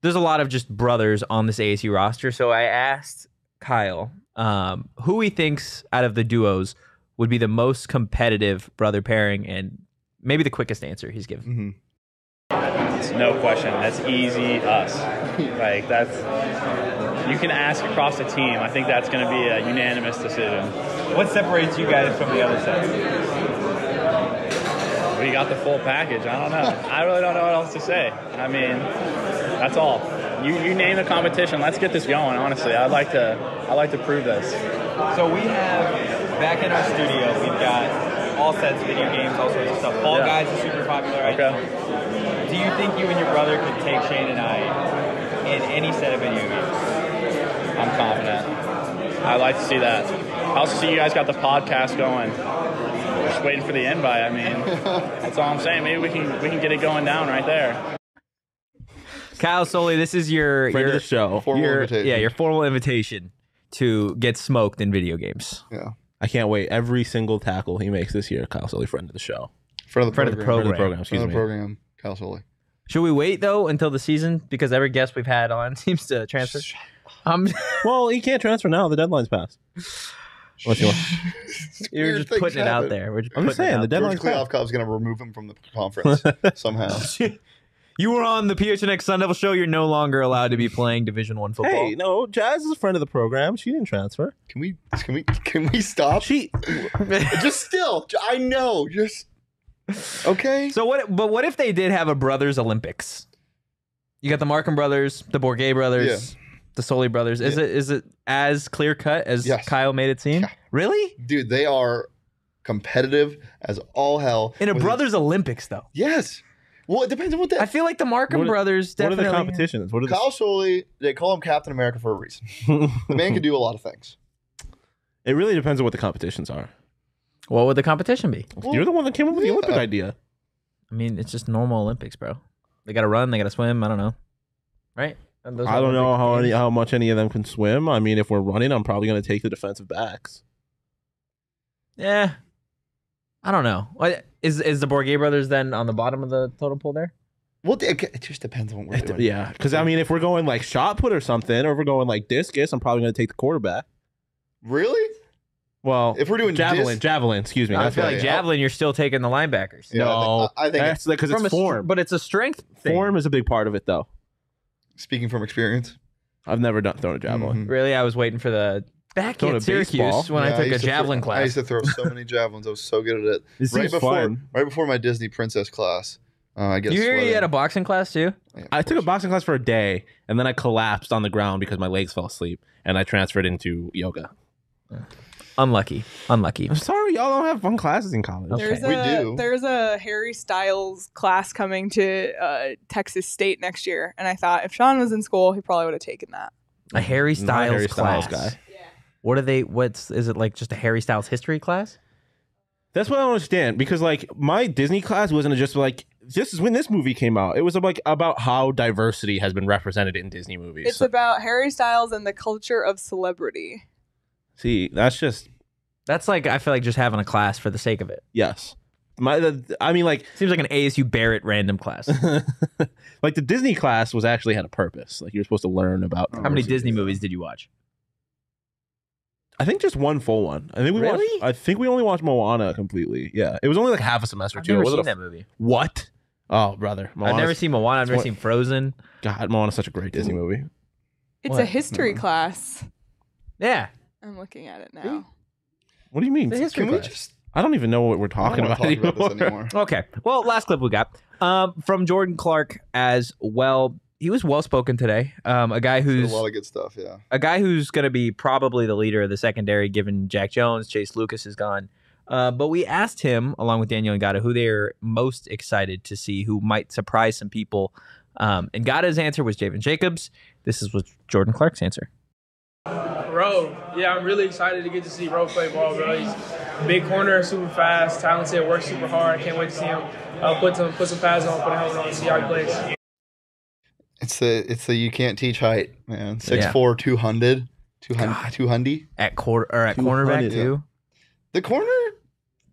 Speaker 1: There's a lot of just brothers on this ASU roster. So I asked Kyle um, who he thinks out of the duos would be the most competitive brother pairing, and maybe the quickest answer he's given.
Speaker 2: hmm
Speaker 8: It's no question. That's easy us. Like that's you can ask across the team. I think that's going to be a unanimous decision.
Speaker 6: What separates you guys from the other side?
Speaker 8: We got the full package. I don't know. I really don't know what else to say. I mean, that's all. You, you name the competition. Let's get this going. Honestly, I'd like to. I like to prove this.
Speaker 6: So we have back in our studio, we've got all sets, video games, all sorts of stuff. Fall
Speaker 8: Yeah.
Speaker 6: Guys is super popular. right
Speaker 8: Okay.
Speaker 6: now. Do you think you and your brother could take Shane and I in any set of video games?
Speaker 8: I'm confident. I'd like to see that. I also see you guys got the podcast going. Just waiting for the invite. I mean, that's all I'm saying. Maybe we can we can get it going down right there.
Speaker 1: Kyle Soli, this is your
Speaker 3: Friend
Speaker 1: your,
Speaker 3: of the show.
Speaker 2: Formal
Speaker 1: your-
Speaker 2: invitation.
Speaker 1: yeah your formal invitation to get smoked in video games.
Speaker 2: Yeah.
Speaker 3: I can't wait. Every single tackle he makes this year, Kyle Sully, friend of the show.
Speaker 2: Friend of the
Speaker 1: Friend of the
Speaker 2: program.
Speaker 3: Friend of the
Speaker 1: Program.
Speaker 3: program, excuse
Speaker 2: Friend of
Speaker 3: me.
Speaker 2: the program. Kyle Soli.
Speaker 1: Should we wait though until the season because every guest we've had on *laughs* seems to transfer?
Speaker 2: *laughs*
Speaker 1: Um, *laughs*
Speaker 3: Well, he can't transfer now. The deadline's passed. Unless you want-
Speaker 1: you're just putting it out there. We're just
Speaker 3: I'm just
Speaker 1: putting it
Speaker 3: saying,
Speaker 1: out
Speaker 3: the
Speaker 1: there.
Speaker 2: George
Speaker 3: deadline's passed. *laughs*
Speaker 2: Kleofkov's going to remove him from the conference somehow.
Speaker 1: *laughs* You were on the PHNX Sun Devil show. You're no longer allowed to be playing Division One football.
Speaker 3: Hey, no, Jazz is a friend of the program. She didn't transfer.
Speaker 2: Can we? Can we? Can we stop?
Speaker 3: She *laughs*
Speaker 2: just still. j- I know. Just okay.
Speaker 1: So what? But what if they did have a brothers Olympics? You got the Markham brothers, the Borgay brothers, the Soli brothers. Is it is it as clear cut as
Speaker 2: Yes.
Speaker 1: Kyle made it seem?
Speaker 2: Yeah.
Speaker 1: Really?
Speaker 2: Dude, they are competitive as all hell.
Speaker 1: In a
Speaker 2: with-
Speaker 1: brothers Olympics though,
Speaker 2: Yes. Well, it depends on what
Speaker 1: I
Speaker 2: that.
Speaker 1: feel like the Markham
Speaker 3: What are-
Speaker 1: brothers
Speaker 3: what are
Speaker 1: definitely.
Speaker 3: the competitions? What are
Speaker 2: Kyle Soli, they call him Captain America for a reason.
Speaker 3: the
Speaker 2: The man can do a lot of things.
Speaker 3: It really depends on what the competitions are.
Speaker 1: What would the competition be?
Speaker 3: You're the one that came up with the Olympic
Speaker 2: yeah.
Speaker 3: idea.
Speaker 1: I mean, it's just normal Olympics, bro. They got to run, they got to swim. I don't know, right? And those
Speaker 3: I don't know
Speaker 1: Olympic
Speaker 3: how any,
Speaker 1: games.
Speaker 3: how much any of them can swim. I mean, if we're running, I'm probably going to take the defensive backs.
Speaker 1: Yeah, I don't know. What- Is is the Borgay brothers then on the bottom of the total pool there?
Speaker 2: Well, it it just depends on what we're
Speaker 3: It-
Speaker 2: doing.
Speaker 3: yeah, because I mean, if we're going like shot put or something, or if we're going like discus, I'm probably going to take the quarterback.
Speaker 2: Really?
Speaker 3: Well,
Speaker 2: If we're doing
Speaker 3: javelin,
Speaker 2: disc-
Speaker 3: javelin, excuse me.
Speaker 1: I
Speaker 3: that's
Speaker 1: feel
Speaker 3: what-
Speaker 1: like
Speaker 2: yeah.
Speaker 1: javelin, you're still taking the linebackers.
Speaker 2: Yeah,
Speaker 3: no, Eh.
Speaker 2: I think, I think
Speaker 3: that's because
Speaker 1: From
Speaker 3: it's
Speaker 1: a str-
Speaker 3: form.
Speaker 1: but it's a strength thing.
Speaker 3: form is a big part of it, though.
Speaker 2: speaking from experience.
Speaker 3: I've never done thrown a javelin.
Speaker 2: Mhm.
Speaker 1: Really, I was waiting for the back
Speaker 3: Throwing
Speaker 1: at
Speaker 3: a
Speaker 1: Syracuse
Speaker 3: baseball.
Speaker 1: when
Speaker 2: Yeah,
Speaker 1: I took
Speaker 2: used
Speaker 1: a
Speaker 2: to throw-
Speaker 1: javelin
Speaker 2: I
Speaker 1: class.
Speaker 2: used to throw
Speaker 1: *laughs*
Speaker 2: so many javelins. I was so good at it.
Speaker 3: This
Speaker 2: right
Speaker 3: seems
Speaker 2: before,
Speaker 3: fun.
Speaker 2: right before my Disney princess class, uh, I guess
Speaker 1: you hear you had a boxing class too?
Speaker 3: I took a boxing class for a day, and then I collapsed on the ground because my legs fell asleep, and I transferred into yoga.
Speaker 1: Unlucky, unlucky.
Speaker 3: I'm sorry, y'all don't have fun classes in college.
Speaker 4: There's
Speaker 2: We
Speaker 4: a
Speaker 2: do.
Speaker 4: there's a Harry Styles class coming to uh, Texas State next year, and I thought if Sean was in school, he probably would have taken that.
Speaker 1: A Harry
Speaker 3: Not
Speaker 1: Styles
Speaker 3: Harry
Speaker 1: class.
Speaker 3: Styles guy.
Speaker 1: What are they? What's is it like? Just a Harry Styles history class?
Speaker 3: That's what I don't understand because like my Disney class wasn't just like this is when this movie came out. It was like about how diversity has been represented in Disney movies.
Speaker 4: It's about Harry Styles and the culture of celebrity.
Speaker 3: See, that's just
Speaker 1: That's like I feel like just having a class for the sake of it.
Speaker 3: yes. My the, I mean like *laughs*
Speaker 1: Seems like an ASU Barrett random class.
Speaker 3: like the Disney class was actually had a purpose. Like you're supposed to learn about
Speaker 1: How many
Speaker 3: diversity.
Speaker 1: Disney movies did you watch?
Speaker 3: I think just one full one. I think we
Speaker 1: Really?
Speaker 3: watched, I think we only watched Moana completely. Yeah, it was only like half a semester
Speaker 1: I've
Speaker 3: too. It
Speaker 1: never
Speaker 3: wasn't
Speaker 1: seen
Speaker 3: a-
Speaker 1: that movie.
Speaker 3: What? Oh, brother, Moana's,
Speaker 1: I've never seen Moana. I've never
Speaker 3: what-
Speaker 1: seen Frozen.
Speaker 3: God, Moana's such a great Disney movie.
Speaker 4: It's a
Speaker 1: What?
Speaker 4: history
Speaker 3: Hmm.
Speaker 4: class.
Speaker 1: Yeah,
Speaker 4: I'm looking at it now.
Speaker 3: What do you mean?
Speaker 1: it's a history
Speaker 2: Can we
Speaker 1: class.
Speaker 2: just
Speaker 3: I don't even know what we're
Speaker 2: I
Speaker 3: talking
Speaker 2: don't
Speaker 3: about,
Speaker 2: want to
Speaker 1: *laughs*
Speaker 2: talk about this
Speaker 3: anymore.
Speaker 2: anymore?
Speaker 1: Okay. Well, last clip we got um, from Jordan Clark as well. He was well spoken today. Um, a guy
Speaker 2: There's
Speaker 1: who's
Speaker 2: a lot of good stuff. Yeah.
Speaker 1: a guy who's going to be probably the leader of the secondary, given Jack Jones, Chase Lucas is gone. Uh, but we asked him, along with Daniel Ngata, who they're most excited to see, who might surprise some people. Um, and Ngata's answer was Javen Jacobs. This is what Jordan Clark's answer.
Speaker 7: Rowe. Yeah, I'm really excited to get to see Rowe play ball, bro. He's a big corner, super fast, talented, works super hard. I can't wait to see him uh, put some put some pads on, put a helmet on, see how he plays.
Speaker 2: It's the it's the you can't teach height, man. Six
Speaker 1: Yeah.
Speaker 2: four, two hundred, two hundred, two hundred.
Speaker 1: At quarter or at cornerback
Speaker 3: 200.
Speaker 1: too.
Speaker 2: The corner,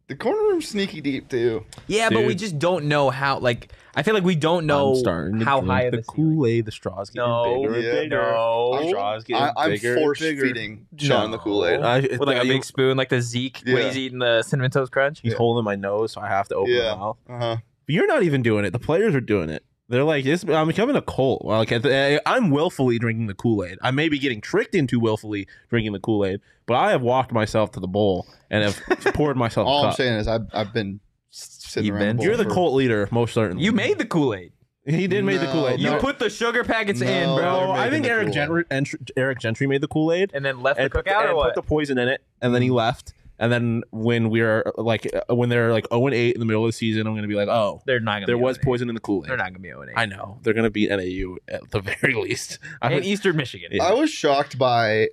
Speaker 2: the corner room's sneaky deep too.
Speaker 1: Yeah, but we
Speaker 3: Dude.
Speaker 1: just don't know how. Like, I feel like we don't know
Speaker 3: I'm starting to
Speaker 1: how
Speaker 3: drink
Speaker 1: high of
Speaker 3: the
Speaker 1: a ceiling.
Speaker 3: Kool Aid. The straws getting
Speaker 1: No,
Speaker 3: bigger and
Speaker 2: yeah,
Speaker 3: bigger.
Speaker 1: no.
Speaker 3: The straws getting
Speaker 2: I, I'm
Speaker 3: bigger.
Speaker 2: force
Speaker 3: and bigger.
Speaker 2: feeding Sean the Kool Aid.
Speaker 3: I,
Speaker 1: with like a
Speaker 3: you-
Speaker 1: big spoon, like the Zeke
Speaker 2: Yeah.
Speaker 1: where he's eating the cinnamon toast crunch.
Speaker 3: he's holding my nose, so I have to open
Speaker 2: Yeah.
Speaker 3: my mouth.
Speaker 2: Uh-huh.
Speaker 3: But you're not even doing it. The players are doing it. They're like, this, I'm becoming a cult. Like, at the- eh, I'm willfully drinking the Kool Aid. I may be getting tricked into willfully drinking the Kool Aid, but I have walked myself to the bowl
Speaker 2: *laughs*
Speaker 3: and have poured myself.
Speaker 2: All
Speaker 3: a
Speaker 2: I'm
Speaker 3: cup.
Speaker 2: saying is I've I've been sitting
Speaker 1: You've
Speaker 2: around.
Speaker 1: been-
Speaker 2: bowl
Speaker 3: you're the
Speaker 2: for-
Speaker 3: cult leader, most certainly.
Speaker 1: You made the Kool Aid.
Speaker 3: He did make the
Speaker 2: No,
Speaker 3: Kool Aid.
Speaker 1: You
Speaker 2: No.
Speaker 1: put the sugar packets in,
Speaker 2: No,
Speaker 1: bro.
Speaker 2: they're
Speaker 3: Oh, I
Speaker 2: making
Speaker 3: think
Speaker 2: the
Speaker 3: Eric
Speaker 2: Kool-Aid.
Speaker 3: Gentry, Eric Gentry made the Kool Aid.
Speaker 1: And then left
Speaker 3: and,
Speaker 1: the
Speaker 3: put,
Speaker 1: cookout
Speaker 3: and
Speaker 1: or what?
Speaker 3: put the poison in it, and then he left. And then when we are like uh, when they're like zero and eight in the middle of the season, I'm gonna be like, oh,
Speaker 1: they're not gonna
Speaker 3: there
Speaker 1: be 0
Speaker 3: was
Speaker 1: and 8.
Speaker 3: poison in the Kool
Speaker 1: They're
Speaker 3: Aid.
Speaker 1: not gonna be 0 and 8.
Speaker 3: I know they're gonna beat NAU at the *laughs* very least. I
Speaker 1: In
Speaker 3: would,
Speaker 1: Eastern Michigan.
Speaker 3: Yeah.
Speaker 2: I was shocked by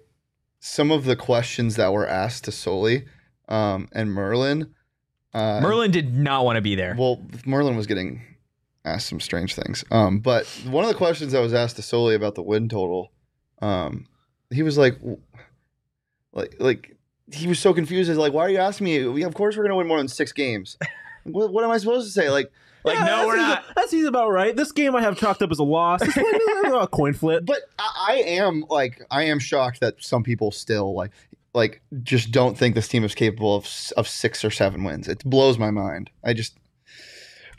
Speaker 2: some of the questions that were asked to Soli um, and Merlin. Uh,
Speaker 1: Merlin did not want to be there.
Speaker 2: Well, Merlin was getting asked some strange things. Um, but one of the questions I was asked to Soli about the win total, um, he was like, w- like, like he was so confused. He's like, "Why are you asking me? We, of course we're gonna win more than six games. *laughs* what, what am I supposed to say? Like,
Speaker 1: like,
Speaker 3: Yeah,
Speaker 1: no,
Speaker 3: *laughs* that
Speaker 1: we're
Speaker 3: seems-
Speaker 1: not.
Speaker 3: that seems about right. This game I have chalked up as a loss. This one *laughs* is a coin flip.
Speaker 2: but I, I am like, I am shocked that some people still like, like, just don't think this team is capable of s- of six or seven wins. It blows my mind. I just."